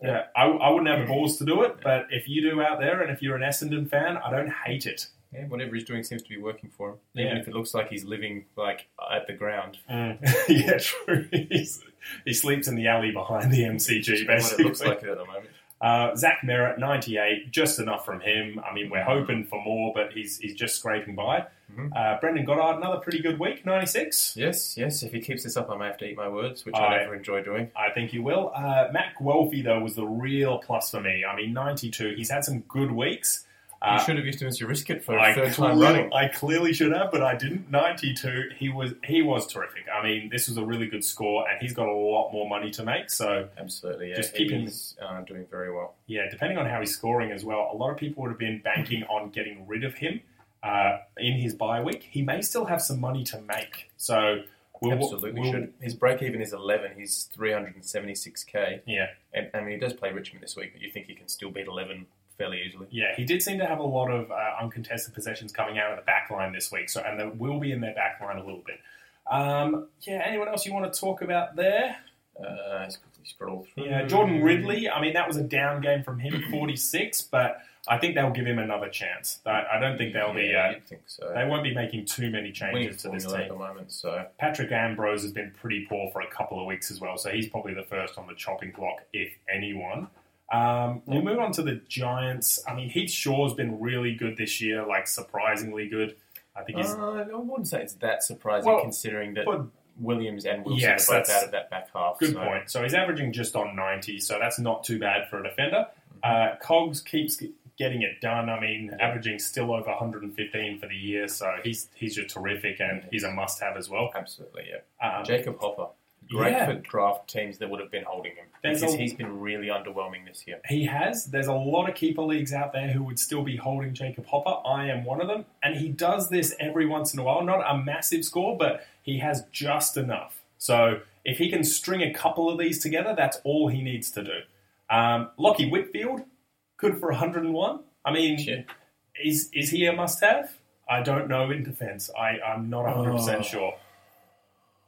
A: yeah, I, I wouldn't have the balls to do it, but if you do out there, and if you're an Essendon fan, I don't hate it.
B: Yeah, whatever he's doing seems to be working for him. Even
A: Yeah.
B: if it looks like he's living like at the ground.
A: Uh, yeah, true. He's, he sleeps in the alley behind the MCG,
B: What it
A: basically.
B: looks like at the moment.
A: Uh, Zach Merritt, 98, just enough from him. I mean, we're hoping for more, but he's, he's just scraping by.
B: Mhm.
A: Uh, Brendan Goddard, another pretty good week, 96.
B: Yes, yes. If he keeps this up, I may have to eat my words, which
A: Aye.
B: I never enjoy doing.
A: I think he will. Uh, Matt Guelphy, though, was the real plus for me. I mean, 92. He's had some good weeks. Uh,
B: you should have used him as your risk it for
A: I
B: a third time
A: clear-
B: running.
A: I clearly should have, but I didn't. Ninety-two. He was he was terrific. I mean, this was a really good score, and he's got a lot more money to make. So
B: Absolutely, yeah.
A: Just keep him-
B: he's uh, doing very well.
A: yeah, depending on how he's scoring as well, a lot of people would have been banking on getting rid of him uh, in his bye week. He may still have some money to make. So we'll,
B: Absolutely
A: we'll-
B: should. His break even is 11. He's 376k.
A: Yeah.
B: And I mean, he does play Richmond this week, but you think he can still beat 11 fairly easily.
A: Yeah, he did seem to have a lot of uh, uncontested possessions coming out of the back line this week, so and they will be in their back line a little bit. Um, yeah, anyone else you want to talk about there?
B: Uh, let's quickly scroll through.
A: Yeah, Jordan Ridley. I mean, that was a down game from him, 46. But I think they'll give him another chance. I I don't think they'll be.
C: Yeah,
A: Uh,
C: you'd think so.
A: they won't be making too many
C: Wings
A: changes to
C: to
A: this
C: Miller at
A: team.
C: the moment, so
A: Patrick Ambrose has been pretty poor for a couple of weeks as well, so he's probably the first on the chopping block, if anyone. Um, we'll move on to the Giants. I mean, Heath Shaw's been really good this year, like surprisingly good. I think he's.
B: Uh, I wouldn't say it's that surprising
A: Well,
B: considering that
A: but-
B: Williams and Wilson
A: Yes,
B: are both
A: that's-
B: out of that back half.
A: Good
B: so-
A: point. So he's averaging just on 90, so that's not too bad for a defender. Uh, Cogs keeps g- getting it done. I mean, averaging still over 115 for the year, so he's he's just terrific and he's a must have as well.
C: absolutely, yeah.
A: Um,
C: Jacob Hopper,
B: Great
A: yeah.
B: for draft teams that would have been holding him
A: There's
B: because
A: a-
B: he's been really underwhelming this year.
A: He has. There's a lot of keeper leagues out there who would still be holding Jacob Hopper. I am one of them. And he does this every once in a while. Not a massive score, but he has just enough. So if he can string a couple of these together, that's all he needs to do. Um, Lockie Whitfield, good for 101. I mean,
C: Yeah.
A: is, is he a must have? I don't know in defense. I, I'm not 100%
C: Oh.
A: sure.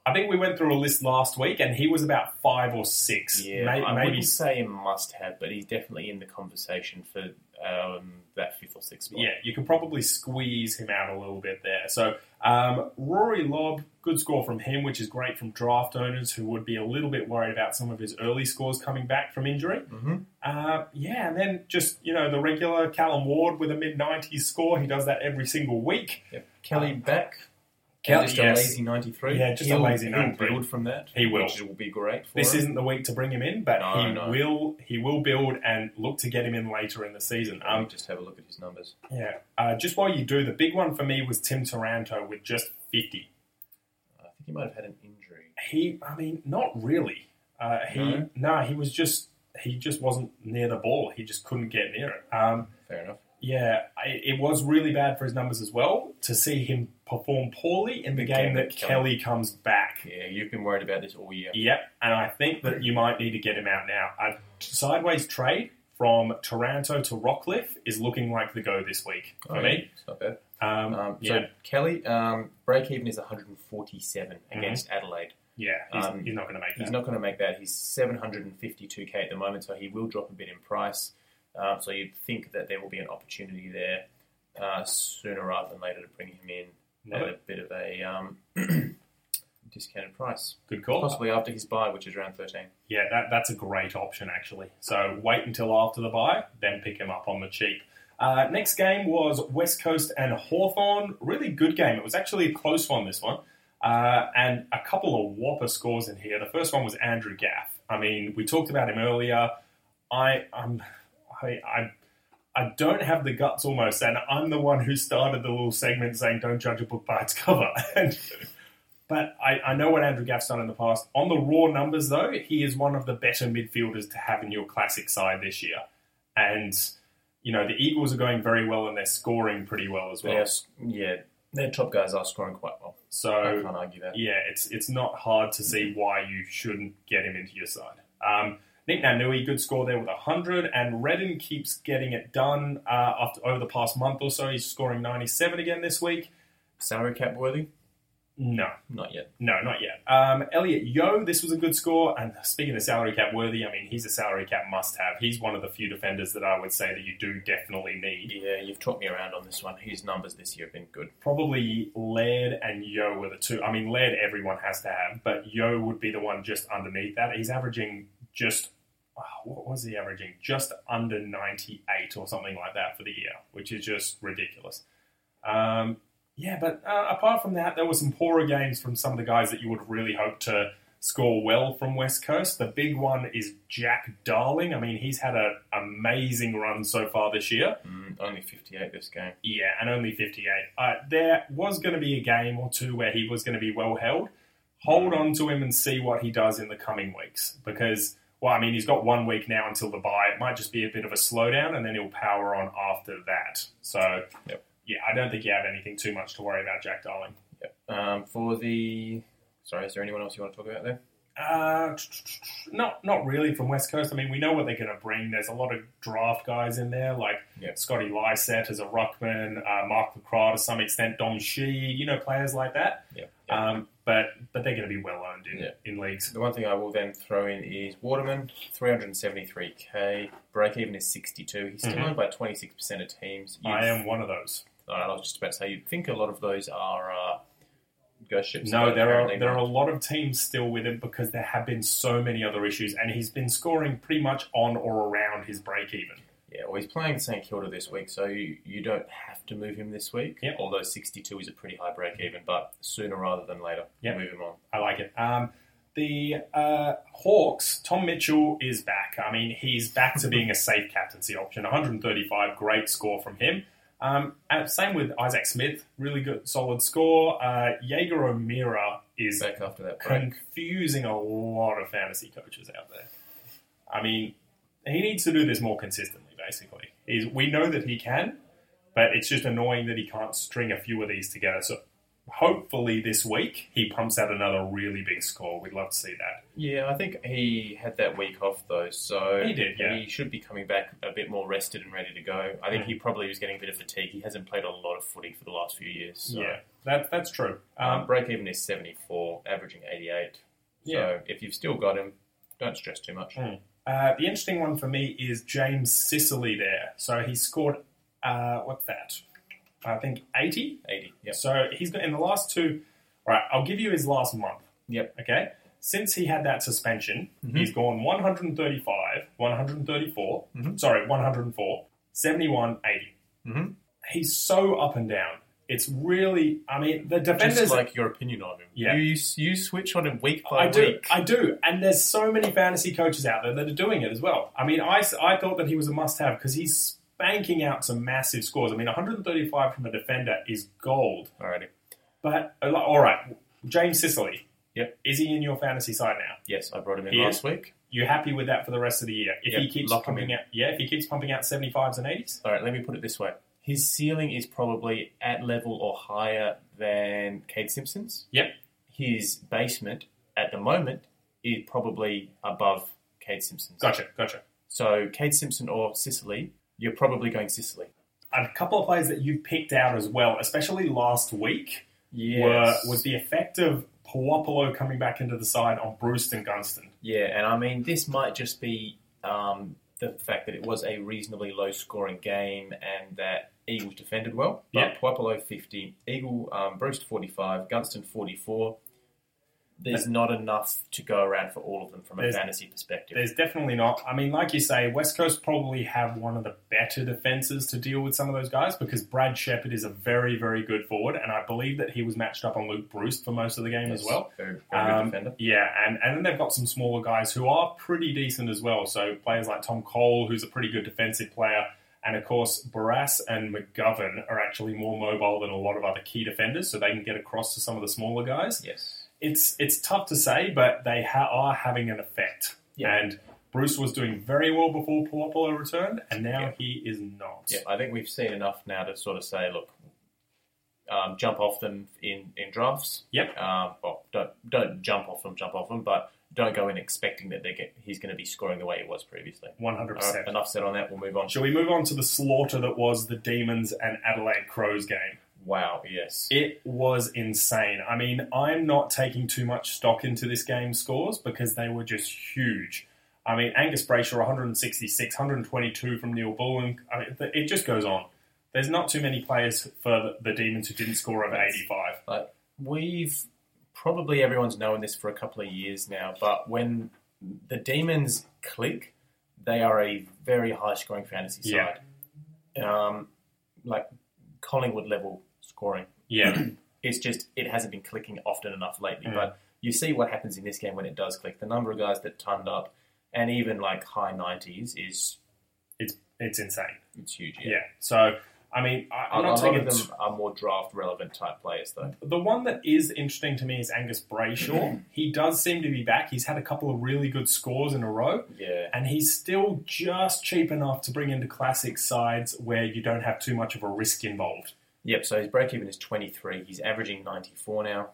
A: I think we went through a list last week and he was about five or six.
B: Yeah,
A: May-
B: I
A: maybe
B: wouldn't say a must-have, but he's definitely in the conversation for um, that fifth or sixth spot.
A: Yeah, you can probably squeeze him out a little bit there. So um, Rory Lobb, good score from him, which is great from draft owners who would be a little bit worried about some of his early scores coming back from injury.
C: Mhm.
A: Uh, yeah, and then just you know the regular Callum Ward with a mid nineties score. He does that every single week.
C: yeah. Kelly back,
A: Kelly-
C: just
A: Uh, yes.
C: a lazy ninety-three.
A: Yeah, just a
C: He'll-
A: lazy
C: he'll
A: 93.
C: Build from that.
A: He will.
C: which will be great. For
A: This
C: him.
A: isn't the week to bring him in, but
C: No,
A: he
C: no.
A: will he will build and look to get him in later in the season.
C: Let
A: Um,
C: me just have a look at his numbers.
A: yeah, uh, just while you do, the big one for me was Tim Taranto with just fifty.
C: I think he might have had an injury.
A: he i mean not really uh, he no
C: No?
A: he was just he just wasn't near the ball he just couldn't get near it um,
C: Fair enough.
A: yeah I, it was really bad for his numbers as well to see him perform poorly in the, game, that kelly comes back
C: Yeah, you've been worried about this all year.
A: yep and i think that you might need to get him out now a sideways trade from toronto to rockcliffe is looking like the go this week for
C: I mean,
A: me
C: it's not bad.
A: um,
C: Oh, Um, so
A: yeah
C: Kelly, um, break even is 147
A: Mm-hmm.
C: against Adelaide.
A: yeah he's,
C: um,
A: he's not going to make
C: He's
A: that
C: not going to make that. He's 752k at the moment, so he will drop a bit in price. Um, so you'd think that there will be an opportunity there uh, sooner rather than later to bring him in
A: No.
C: at a bit of a um, discounted price,
A: good call
C: possibly after his buy, which is around 13.
A: Yeah, that, that's a great option actually. So wait until after the buy, then pick him up on the cheap. Uh, next game was West Coast and Hawthorn. Really good game. It was actually a close one, this one. Uh, and a couple of whopper scores in here. The first one was Andrew Gaff. I mean, we talked about him earlier. I, um, I, I, I don't have the guts almost, and I'm the one who started the little segment saying, don't judge a book by its cover. and but I, I know what Andrew Gaff's done in the past. On the raw numbers, though, he is one of the better midfielders to have in your classic side this year. And, you know, the Eagles are going very well and they're scoring pretty well as
C: They
A: well.
C: are, s- yeah, their top guys are scoring quite well. I
A: So,
C: can't argue that.
A: yeah, it's it's not hard to see why you shouldn't get him into your side. Um, Nick Nanui, good score there with 100. And Redden keeps getting it done uh, after, over the past month or so. He's scoring 97 again this week.
C: Salary cap worthy?
A: No.
C: Not yet.
A: No, not yet. Um, Elliot Yo, this was a good score. And speaking of salary cap worthy, I mean, he's a salary cap must have. He's one of the few defenders that I would say that you do definitely need.
C: Yeah, you've talked me around on this one. His numbers this year have been good.
A: Probably Laird and Yo were the two. I mean, Laird everyone has to have, but Yo would be the one just underneath that. He's averaging just, oh, what was he averaging? Just under 98 or something like that for the year, which is just ridiculous. Um, yeah, but uh, apart from that, there were some poorer games from some of the guys that you would have really hoped to score well from West Coast. The big one is Jack Darling. I mean, he's had an amazing run so far this year.
C: Mm, only 58 this game.
A: Yeah, and only 58. Uh, there was going to be a game or two where he was going to be well held. Hold on to him and see what he does in the coming weeks because, well, I mean, he's got one week now until the buy. It might just be a bit of a slowdown and then he'll power on after that. So,
C: Yep.
A: yeah, I don't think you have anything too much to worry about, Jack Darling.
C: Um, for the. Sorry, is there anyone else you want to talk about there?
A: Uh, not not really from West Coast. I mean, we know what they're going to bring. There's a lot of draft guys in there, like
C: Yeah.
A: Scotty Lysett as a ruckman, uh, Mark Lacroix to some extent, Dom Shee, you know, players like that.
C: Yeah.
A: Um, but but they're going to be well owned in,
B: Yeah.
A: in leagues.
B: The one thing I will then throw in is Waterman, 373k. Break even is 62. He's still
C: Mm-hmm.
A: Mhm.
B: owned by 26% of teams. You'd-
A: I am one of those.
B: Oh, I was just about to say, you'd think a lot of those are uh, ghost ships.
A: No,
B: but
A: there are
B: apparently
A: there are
B: not.
A: a lot of teams still with him because there have been so many other issues, and he's been scoring pretty much on or around his break even.
B: Yeah, well, he's playing St Kilda this week, so you, you don't have to move him this week.
A: Yep.
B: Although 62 is a pretty high break even, but sooner rather than later,
A: Yep.
B: move him on.
A: I like it. Um, the uh, Hawks, Tom Mitchell is back. I mean, he's back to being a safe captaincy option. 135, great score from him. Um, and same with Isaac Smith, really good, solid score. Uh, Jaeger O'Meara is
B: Back after that break.
A: confusing a lot of fantasy coaches out there. I mean, he needs to do this more consistently, basically. He's, we know that he can, but it's just annoying that he can't string a few of these together. So hopefully this week he pumps out another really big score. We'd love to see that.
B: Yeah, I think he had that week off though, so
A: He did, yeah.
B: he should be coming back a bit more rested and ready to go. I think he
A: Mm.
B: probably was getting a bit of fatigue. He hasn't played a lot of footy for the last few years. So.
A: Yeah, that, that's true.
B: Um,
A: Um,
B: break even is 74, averaging 88.
A: Yeah.
B: So if you've still got him, don't stress too much.
A: Mm. uh, the interesting one for me is James Sicily there. So he scored, uh, what's that? I think 80
B: 80. Yep.
A: So he's got in the last two. All right, I'll give you his last month.
B: Yep.
A: Okay. Since he had that suspension,
B: Mhm.
A: he's gone 135, 134,
B: Mhm.
A: sorry, 104, 71, 80.
B: Mhm.
A: He's so up and down. It's really, I mean, the defenders.
B: Just like your opinion on him.
A: Yeah.
B: You, you switch on him week by
A: I do,
B: week.
A: I do, and there's so many fantasy coaches out there that are doing it as well. I mean, I, s- I thought that he was a must-have because he's spanking out some massive scores. I mean, 135 from a defender is gold.
B: Alrighty.
A: But uh, like, all right, James Sicily.
B: Yep.
A: Is he in your fantasy side now?
B: Yes, I brought him in
A: He
B: last week.
A: You happy with that for the rest of the year? If
B: Yep,
A: he keeps
B: lock him
A: pumping out, yeah, if he keeps pumping out seventy fives and eighties,
B: All right, let me put it this way. His ceiling is probably at level or higher than Cade Simpson's.
A: Yep.
B: His basement at the moment is probably above Cade Simpson's.
A: gotcha, gotcha.
B: So Cade Simpson or Sicily, you're probably going Sicily.
A: A couple of players that you picked out as well, especially last week, were was the effect of Puopolo coming back into the side on Brewston Gunston.
B: yeah, and I mean this might just be um, the fact that it was a reasonably low scoring game and that Eagles defended well. But
A: Yep.
B: Puopolo 50, Eagle um, Bruce 45, Gunston 44. There's not enough to go around for all of them from a
A: There's-
B: fantasy perspective.
A: There's definitely not. I mean, like you say, West Coast probably have one of the better defenses to deal with some of those guys because Brad Shepard is a very, very good forward, and I believe that he was matched up on Luke Bruce for most of the game as well.
B: Very, very good
A: Um,
B: defender.
A: Yeah, and, and then they've got some smaller guys who are pretty decent as well. So players like Tom Cole, who's a pretty good defensive player, and of course Barras and McGovern are actually more mobile than a lot of other key defenders, so they can get across to some of the smaller guys.
B: Yes.
A: It's it's tough to say, but they ha- are having an effect.
B: Yeah.
A: And Bruce was doing very well before Puopolo returned, and now
B: Yeah.
A: he is not.
B: Yeah, I think we've seen enough now to sort of say, look, um, jump off them in, in drafts.
A: Yep.
B: Um, well, don't don't jump off them, jump off them, but don't go in expecting that they get he's going to be scoring the way he was previously.
A: One hundred
B: All right,
A: percent.
B: enough said on that. We'll move on.
A: Shall we move on to the slaughter that was the Demons and Adelaide Crows game?
B: Wow. Yes.
A: It was insane. I mean, I'm not taking too much stock into this game's scores because they were just huge. I mean, Angus Brayshaw 166, 122 from Neil Bullen. I mean, it just goes on. There's not too many players for the Demons who didn't score over
B: That's-
A: 85.
B: Like we've probably everyone's known this for a couple of years now, but when the demons click, they are a very high scoring fantasy
A: Yeah.
B: side. Um, like Collingwood level scoring.
A: Yeah,
B: It's just it hasn't been clicking often enough lately.
A: Mm.
B: But you see what happens in this game when it does click. The number of guys that turned up, and even like high nineties is
A: it's it's insane.
B: it's huge.
A: Yeah. So, I mean, I,
B: A
A: I'm not
B: lot
A: taking
B: of them are more draft relevant type players though.
A: The one that is interesting to me is Angus Brayshaw. he does seem to be back. He's had a couple of really good scores in a row.
B: Yeah.
A: and he's still just cheap enough to bring into classic sides where you don't have too much of a risk involved.
B: Yep, so his break even is 23. He's averaging 94 now,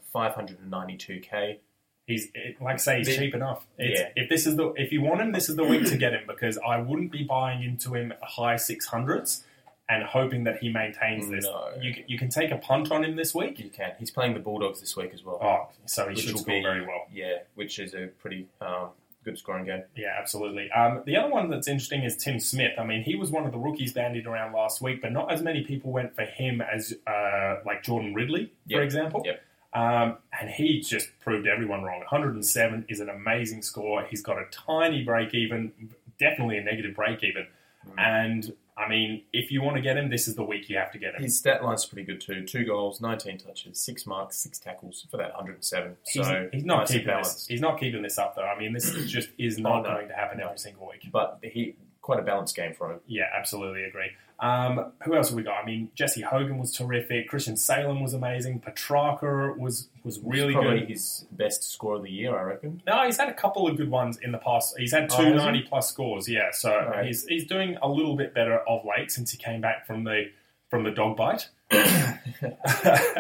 B: 592k.
A: He's it, like I say, he's
B: The-
A: cheap enough. It's,
B: Yeah.
A: If this is the if you want him, this is the week to get him because I wouldn't be buying into him high six hundreds. and hoping that he maintains this.
B: No.
A: You, c- you can take a punt on him this week.
B: You can. He's playing the Bulldogs this week as well.
A: Oh, so he
B: Which
A: should
B: will
A: score
B: be-
A: very well.
B: Yeah, which is a pretty um, good scoring game.
A: Yeah, absolutely. Um, the other one that's interesting is Tim Smith. I mean, he was one of the rookies bandied around last week, but not as many people went for him as uh, like Jordan Ridley, for
B: Yep.
A: example.
B: Yep.
A: Um, and he just proved everyone wrong. 107 is an amazing score. He's got a tiny break even, definitely a negative break even.
B: Mm.
A: And I mean, if you want to get him, this is the week you have to get him.
B: His stat line's pretty good too. Two goals, 19 touches, six marks, six tackles for that 107.
A: He's,
B: so
A: he's not
B: nice and
A: keeping this.
B: balanced.
A: He's not keeping this up though. I mean, this is just is not
B: Oh, no.
A: going to happen every single week.
B: But he quite a balanced game for him.
A: Yeah, absolutely agree. Um, who else have we got? I mean, Jesse Hogan was terrific. Christian Salem was amazing. Petrarca was was really
B: probably
A: good.
B: his best score of the year, I reckon.
A: No, he's had a couple of good ones in the past. He's had
B: Oh,
A: two
B: has he?
A: ninety plus scores. Yeah, so
B: Right.
A: he's he's doing a little bit better of late since he came back from the from the dog bite. and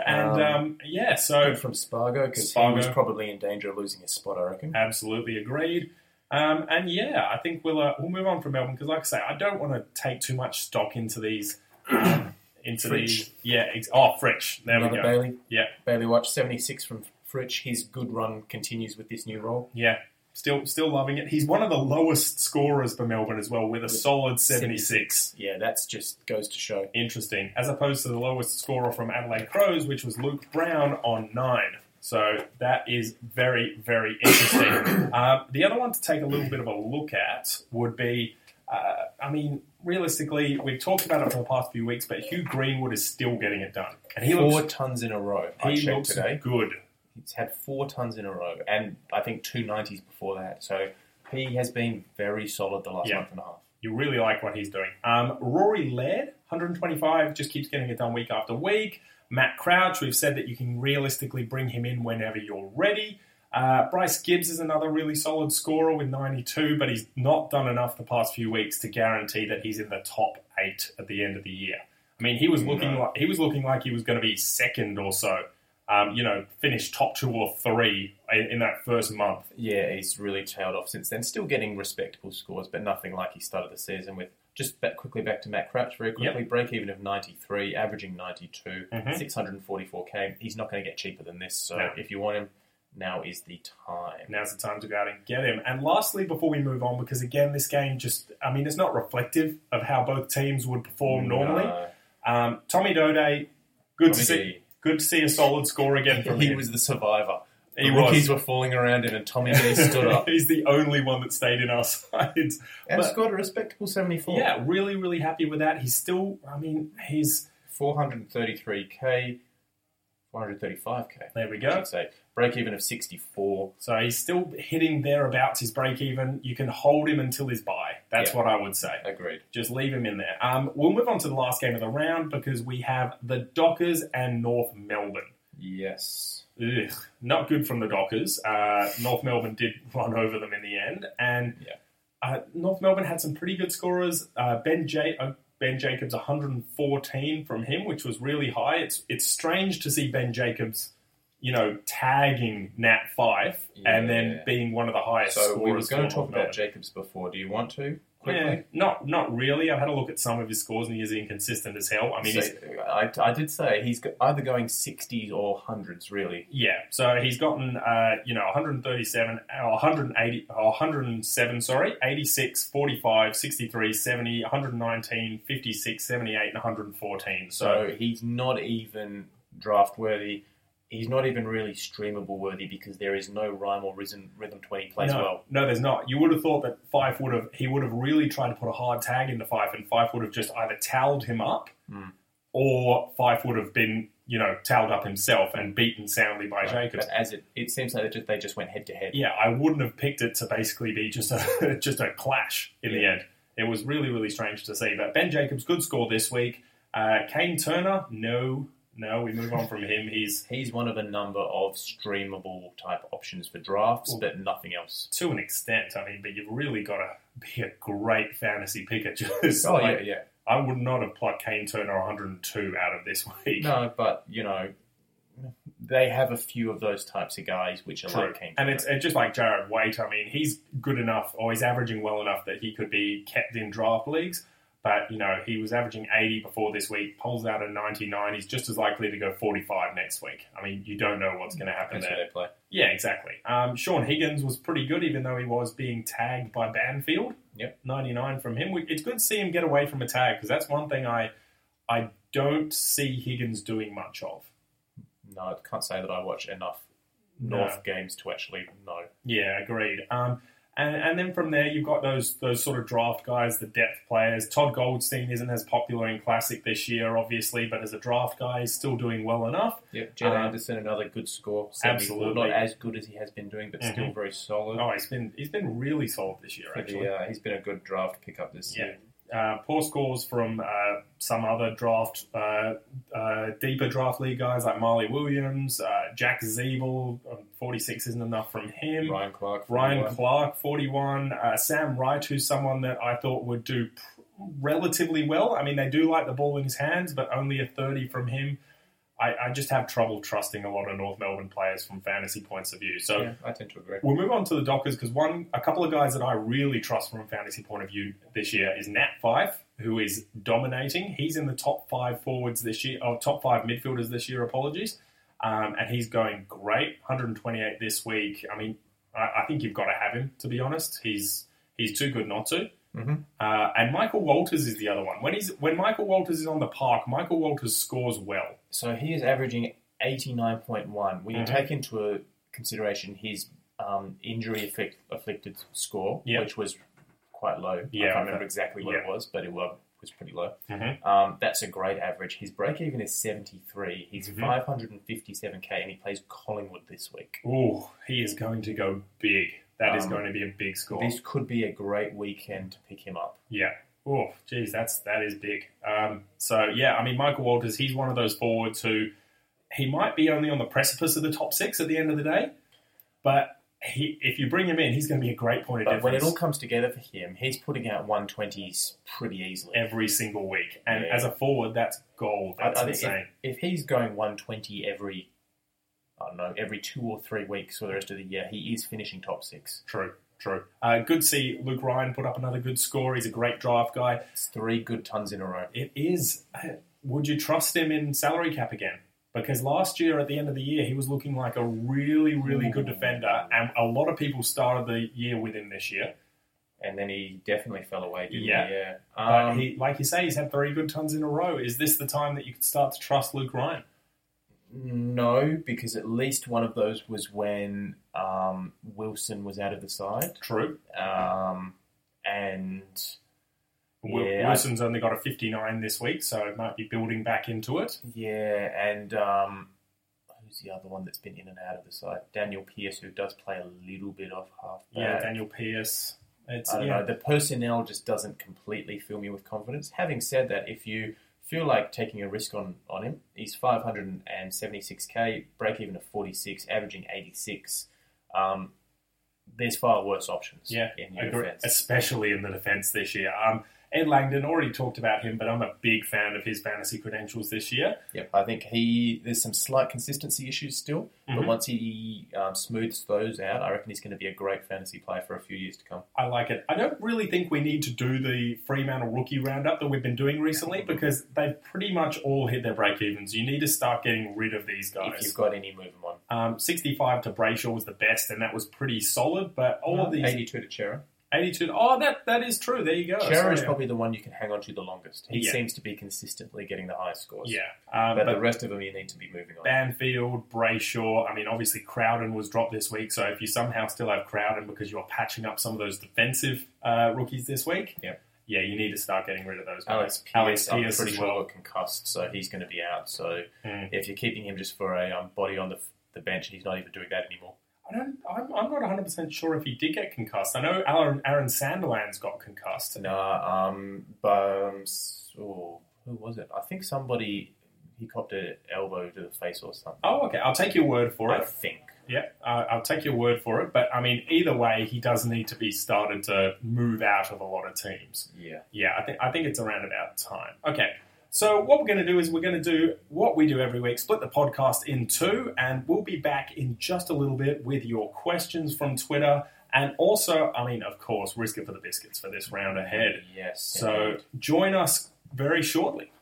A: um,
B: Um,
A: yeah, so
B: from Spargo because he
A: Spargo.
B: was probably in danger of losing his spot, I reckon.
A: absolutely agreed. Um, and yeah, I think we'll uh, we'll move on from Melbourne because, like I say, I don't want to take too much stock into these. um, Into
B: Fritsch.
A: these, yeah, ex- oh, Fritsch. There we go.
B: Another Bailey.
A: Yeah.
B: Bailey Watch, 76 from Fritsch. His good run continues with this new role.
A: Yeah, still still loving it. He's one of the lowest scorers for Melbourne as well, with a solid 76.
B: Yeah, that's just goes to show.
A: Interesting, as opposed to the lowest scorer from Adelaide Crows, which was Luke Brown on nine. So that is very very interesting. um, the other one to take a little bit of a look at would be. Uh, I mean, realistically, we've talked about it for the past few weeks, but Hugh Greenwood is still getting it done, and he
B: four
A: looks
B: tons in a row. I
A: he
B: checked
A: looks
B: today.
A: good.
B: He's had four tons in a row, and I think two nineties before that. So he has been very solid the last
A: Yeah.
B: month and a half.
A: You really like what he's doing. Um, Rory Laird, 125, just keeps getting it done week after week. Matt Crouch, we've said that you can realistically bring him in whenever you're ready. Uh, Bryce Gibbs is another really solid scorer with 92, but he's not done enough the past few weeks to guarantee that he's in the top eight at the end of the year. I mean, he was looking
B: No.
A: like he was looking like he was going to be second or so. Um, you know, finish top two or three in, in that first month.
B: Yeah, he's really tailed off since then. Still getting respectable scores, but nothing like he started the season with. Just back quickly back to Matt Crouch very quickly. Break even of ninety three, averaging ninety
A: Mhm.
B: hundred and forty four k. He's not going to get cheaper than this. So
A: No.
B: if you want him, now is the time.
A: Now's the time to go out and get him. And lastly, before we move on, because again, this game just, I mean, it's not reflective of how both teams would perform normally.
B: No.
A: Um, Tommy Dode, good to
B: Tommy
A: see.
B: D.
A: Good to see a solid score again from
B: He
A: him.
B: was the survivor.
A: He
B: the
A: was.
B: rookies were falling around him, and Tommy D stood up.
A: He's the only one that stayed in our sides.
B: And
A: But-
B: scored a respectable 74.
A: Yeah, really, really happy with that. He's still, I mean, he's
B: 433k, 435k.
A: there. We
B: I
A: go.
B: should say. Break even of 64.
A: So he's still hitting thereabouts his break even. You can hold him until his buy. That's
B: Yeah.
A: what I would say.
B: Agreed.
A: Just leave him in there. Um, we'll move on to the last game of the round because we have the Dockers and North Melbourne.
B: Yes.
A: Ugh, not good from the Dockers. Uh, North Melbourne did run over them in the end, and
B: Yeah.
A: uh, North Melbourne had some pretty good scorers. Uh, ben J. Uh, Ben Jacobs 114 from him, which was really high. It's it's strange to see Ben Jacobs, you know, tagging Nat Fife and then
B: Yeah.
A: being one of the highest.
B: So we were
A: scorers
B: going
A: for
B: to talk
A: North Melbourne.
B: about Jacobs before. Do you want to? Quickly?
A: Yeah, not not really. I've had a look at some of his scores, and he is inconsistent as hell. I mean,
B: So,
A: he's,
B: I, I did say he's go- either going 60s or 100s, really.
A: yeah. So he's gotten uh, you know 137, or 180, or 107, sorry, 86, 45, 63, 70, 119, 56, 78, and 114. So
B: So he's not even draft worthy. He's not even really streamable worthy because there is no rhyme or rhythm, rhythm to when he plays
A: no,
B: well.
A: no, there's not. You would have thought that Fife would have he would have really tried to put a hard tag into Fife, and Fife would have just either towelled him up,
B: Mm.
A: or Fife would have been you know towelled up himself and beaten soundly by
B: Right.
A: Jacobs.
B: But as it, it seems like they just, they just went head to head.
A: yeah, I wouldn't have picked it to basically be just a just a clash in the
B: Yeah.
A: end. It was really really strange to see. But Ben Jacobs good score this week. Uh, Kane Turner, no, no, we move on from him. He's
B: He's one of a number of streamable type options for drafts,
A: Well-
B: but nothing else.
A: to an extent, I mean, but you've really got to be a great fantasy picker. Just
B: Oh
A: like,
B: yeah,
A: I would not have plucked Kane Turner 102 out of this
B: yeah.
A: week.
B: No, but you know, they have a few of those types of guys which are
A: True.
B: like Kane
A: And it's, it's just like Jared Waite. I mean, he's good enough, or he's averaging well enough that he could be kept in draft leagues. But, you know, he was averaging 80 before this week, pulls out a 99. He's just as likely to go 45 next week. I mean, you don't know what's going to happen
B: That's
A: there.
B: where they play.
A: Yeah, exactly. Um, Sean Higgins was pretty good, even though he was being tagged by Banfield.
B: Yep.
A: 99 from him. We- It's good to see him get away from a tag because that's one thing I, I don't see Higgins doing much of.
B: No, I can't say that I watch enough
A: No.
B: North games to actually know.
A: Yeah, agreed. Um, and, and then from there, you've got those those sort of draft guys, the depth players. Todd Goldstein isn't as popular in Classic this year, obviously, but as a draft guy, he's still doing well enough.
B: Yep, Jed
A: Um,
B: Anderson, another good score. 74.
A: absolutely.
B: Not as good as he has been doing, but still very solid.
A: Oh, he's been he's been really solid this year,
B: For the,
A: actually.
B: uh, he's been a good draft pickup this
A: Yeah.
B: year.
A: uh, poor scores from uh, some other draft, uh, uh, deeper draft league guys like Marley Williams, uh, Jack Zeeble, um, 46 isn't enough from him.
B: Ryan Clark.
A: Ryan
B: Clark.
A: Clark, 41. Uh, Sam Wright, who's someone that I thought would do pr- relatively well. I mean, they do like the ball in his hands, but only a 30 from him. I, I just have trouble trusting a lot of North Melbourne players from fantasy points of view. So
B: Yeah, I tend to agree.
A: We'll move on to the Dockers because one, a couple of guys that I really trust from a fantasy point of view this year is Nat Fife, who is dominating. He's in the top five forwards this year, or top five midfielders this year. Apologies, um, and he's going great. 128 this week. I mean, I, I think you've got to have him to be honest. He's he's too good not to.
B: Mhm.
A: Uh, and Michael Walters is the other one. When he's when Michael Walters is on the park, Michael Walters scores well.
B: So he is averaging 89.1. When you
A: Mhm.
B: take into uh, consideration his um, injury afflict, afflicted score,
A: Yeah.
B: which was quite low. I
A: Yeah,
B: can't remember
A: that-
B: exactly what it
A: yeah.
B: was, but it was, was pretty low.
A: Mhm.
B: Um, that's a great average. His break even is 73. He's
A: Mhm.
B: 557k and he plays Collingwood this week.
A: Ooh, he is going to go big. That is
B: Um,
A: going to be a big score.
B: This could be a great weekend to pick him up.
A: Yeah. Oh, geez, that's that is big. Um, so yeah, I mean, Michael Walters, he's one of those forwards who he might be only on the precipice of the top six at the end of the day, but he, if you bring him in, he's going to be a great point of
B: But when
A: difference
B: it all comes together for him, he's putting out 120s pretty easily.
A: every single week. And
B: Yeah.
A: as a forward, that's gold.
B: I- I
A: That's
B: think
A: insane.
B: If he's going 120 every, I don't know, every two or three weeks for the rest of the year, he is finishing top six.
A: True. True. Uh, good to see Luke Ryan put up another good score. He's a great draft guy.
B: It's three good tons in a row.
A: It is. uh, Would you trust him in salary cap again? Because last year, at the end of the year, he was looking like a really, really good defender, and a lot of people started the year with him this year.
B: And then he definitely fell away, didn't
A: Yeah.
B: he? Yeah.
A: But
B: Um,
A: he, like you say, he's had three good tons in a row. Is this the time that you could start to trust Luke Ryan?
B: Um, No, because at least one of those was when um, Wilson was out of the side.
A: True.
B: Um, and
A: Wil-
B: Yeah, I-
A: Wilson's only got a 59 this week, so it might be building back into it.
B: Yeah, and um, who's the other one that's been in and out of the side? Daniel Pierce, who does play a little bit off half
A: Yeah,
B: back.
A: Daniel Pierce. It's,
B: I don't
A: yeah.
B: know. The personnel just doesn't completely fill me with confidence. Having said that, if you feel like taking a risk on, on him, he's 576k, break even of 46, averaging 86. Um, there's far worse options
A: Yeah,
B: in your
A: agree-
B: defense.
A: especially in the defense this year. Um, Ed Langdon already talked about him, but I'm a big fan of his fantasy credentials this year.
B: Yep. I think he there's some slight consistency issues still, but
A: Mhm.
B: once he um, smooths those out, I reckon he's going to be a great fantasy player for a few years to come.
A: I like it. I don't really think we need to do the Fremantle rookie roundup that we've been doing recently because they've pretty much all hit their break evens. You need to start getting rid of these
B: If
A: guys.
B: you've got any, move him on.
A: Um, 65 to Brayshaw was the best, and that was pretty solid. But all of these
B: 82 to Chera.
A: 82. Oh, that that is true. There you go.
B: Chera is
A: Oh, Sorry.
B: probably the one you can hang on to the longest. He
A: Yeah.
B: seems to be consistently getting the highest scores.
A: yeah. Um,
B: but,
A: but
B: the rest of them you need to be moving on.
A: Banfield, Brayshaw. I mean, obviously Crowden was dropped this week, so if you somehow still have Crowden because you're patching up some of those defensive uh, rookies this week,
B: Yep.
A: yeah, you need to start getting rid of those guys.
B: Alex Pierce,
A: Alex
B: I'm
A: Pearce
B: pretty
A: as
B: sure
A: well.
B: got concussed, so he's going to be out. So
A: Mm.
B: if you're keeping him just for a um, body on the, the bench, he's not even doing that anymore.
A: I don't, I'm, I'm not 100 percent sure if he did get concussed. I know Aaron, Aaron Sanderland's got concussed.
B: Nah, um, but um, s- oh, who was it? I think somebody he copped an elbow to the face or something.
A: Oh, okay. I'll take your word for
B: I
A: it.
B: think.
A: Yeah, uh, I'll take your word for it. But I mean, either way, he does need to be started to move out of a lot of teams.
B: Yeah.
A: Yeah, I think I think it's around about time. Okay. So what we're going to do is we're going to do what we do every week, split the podcast in two, and we'll be back in just a little bit with your questions from Twitter And also, I mean, of course, risk it for the biscuits for this round ahead.
C: Yes.
A: So join us very shortly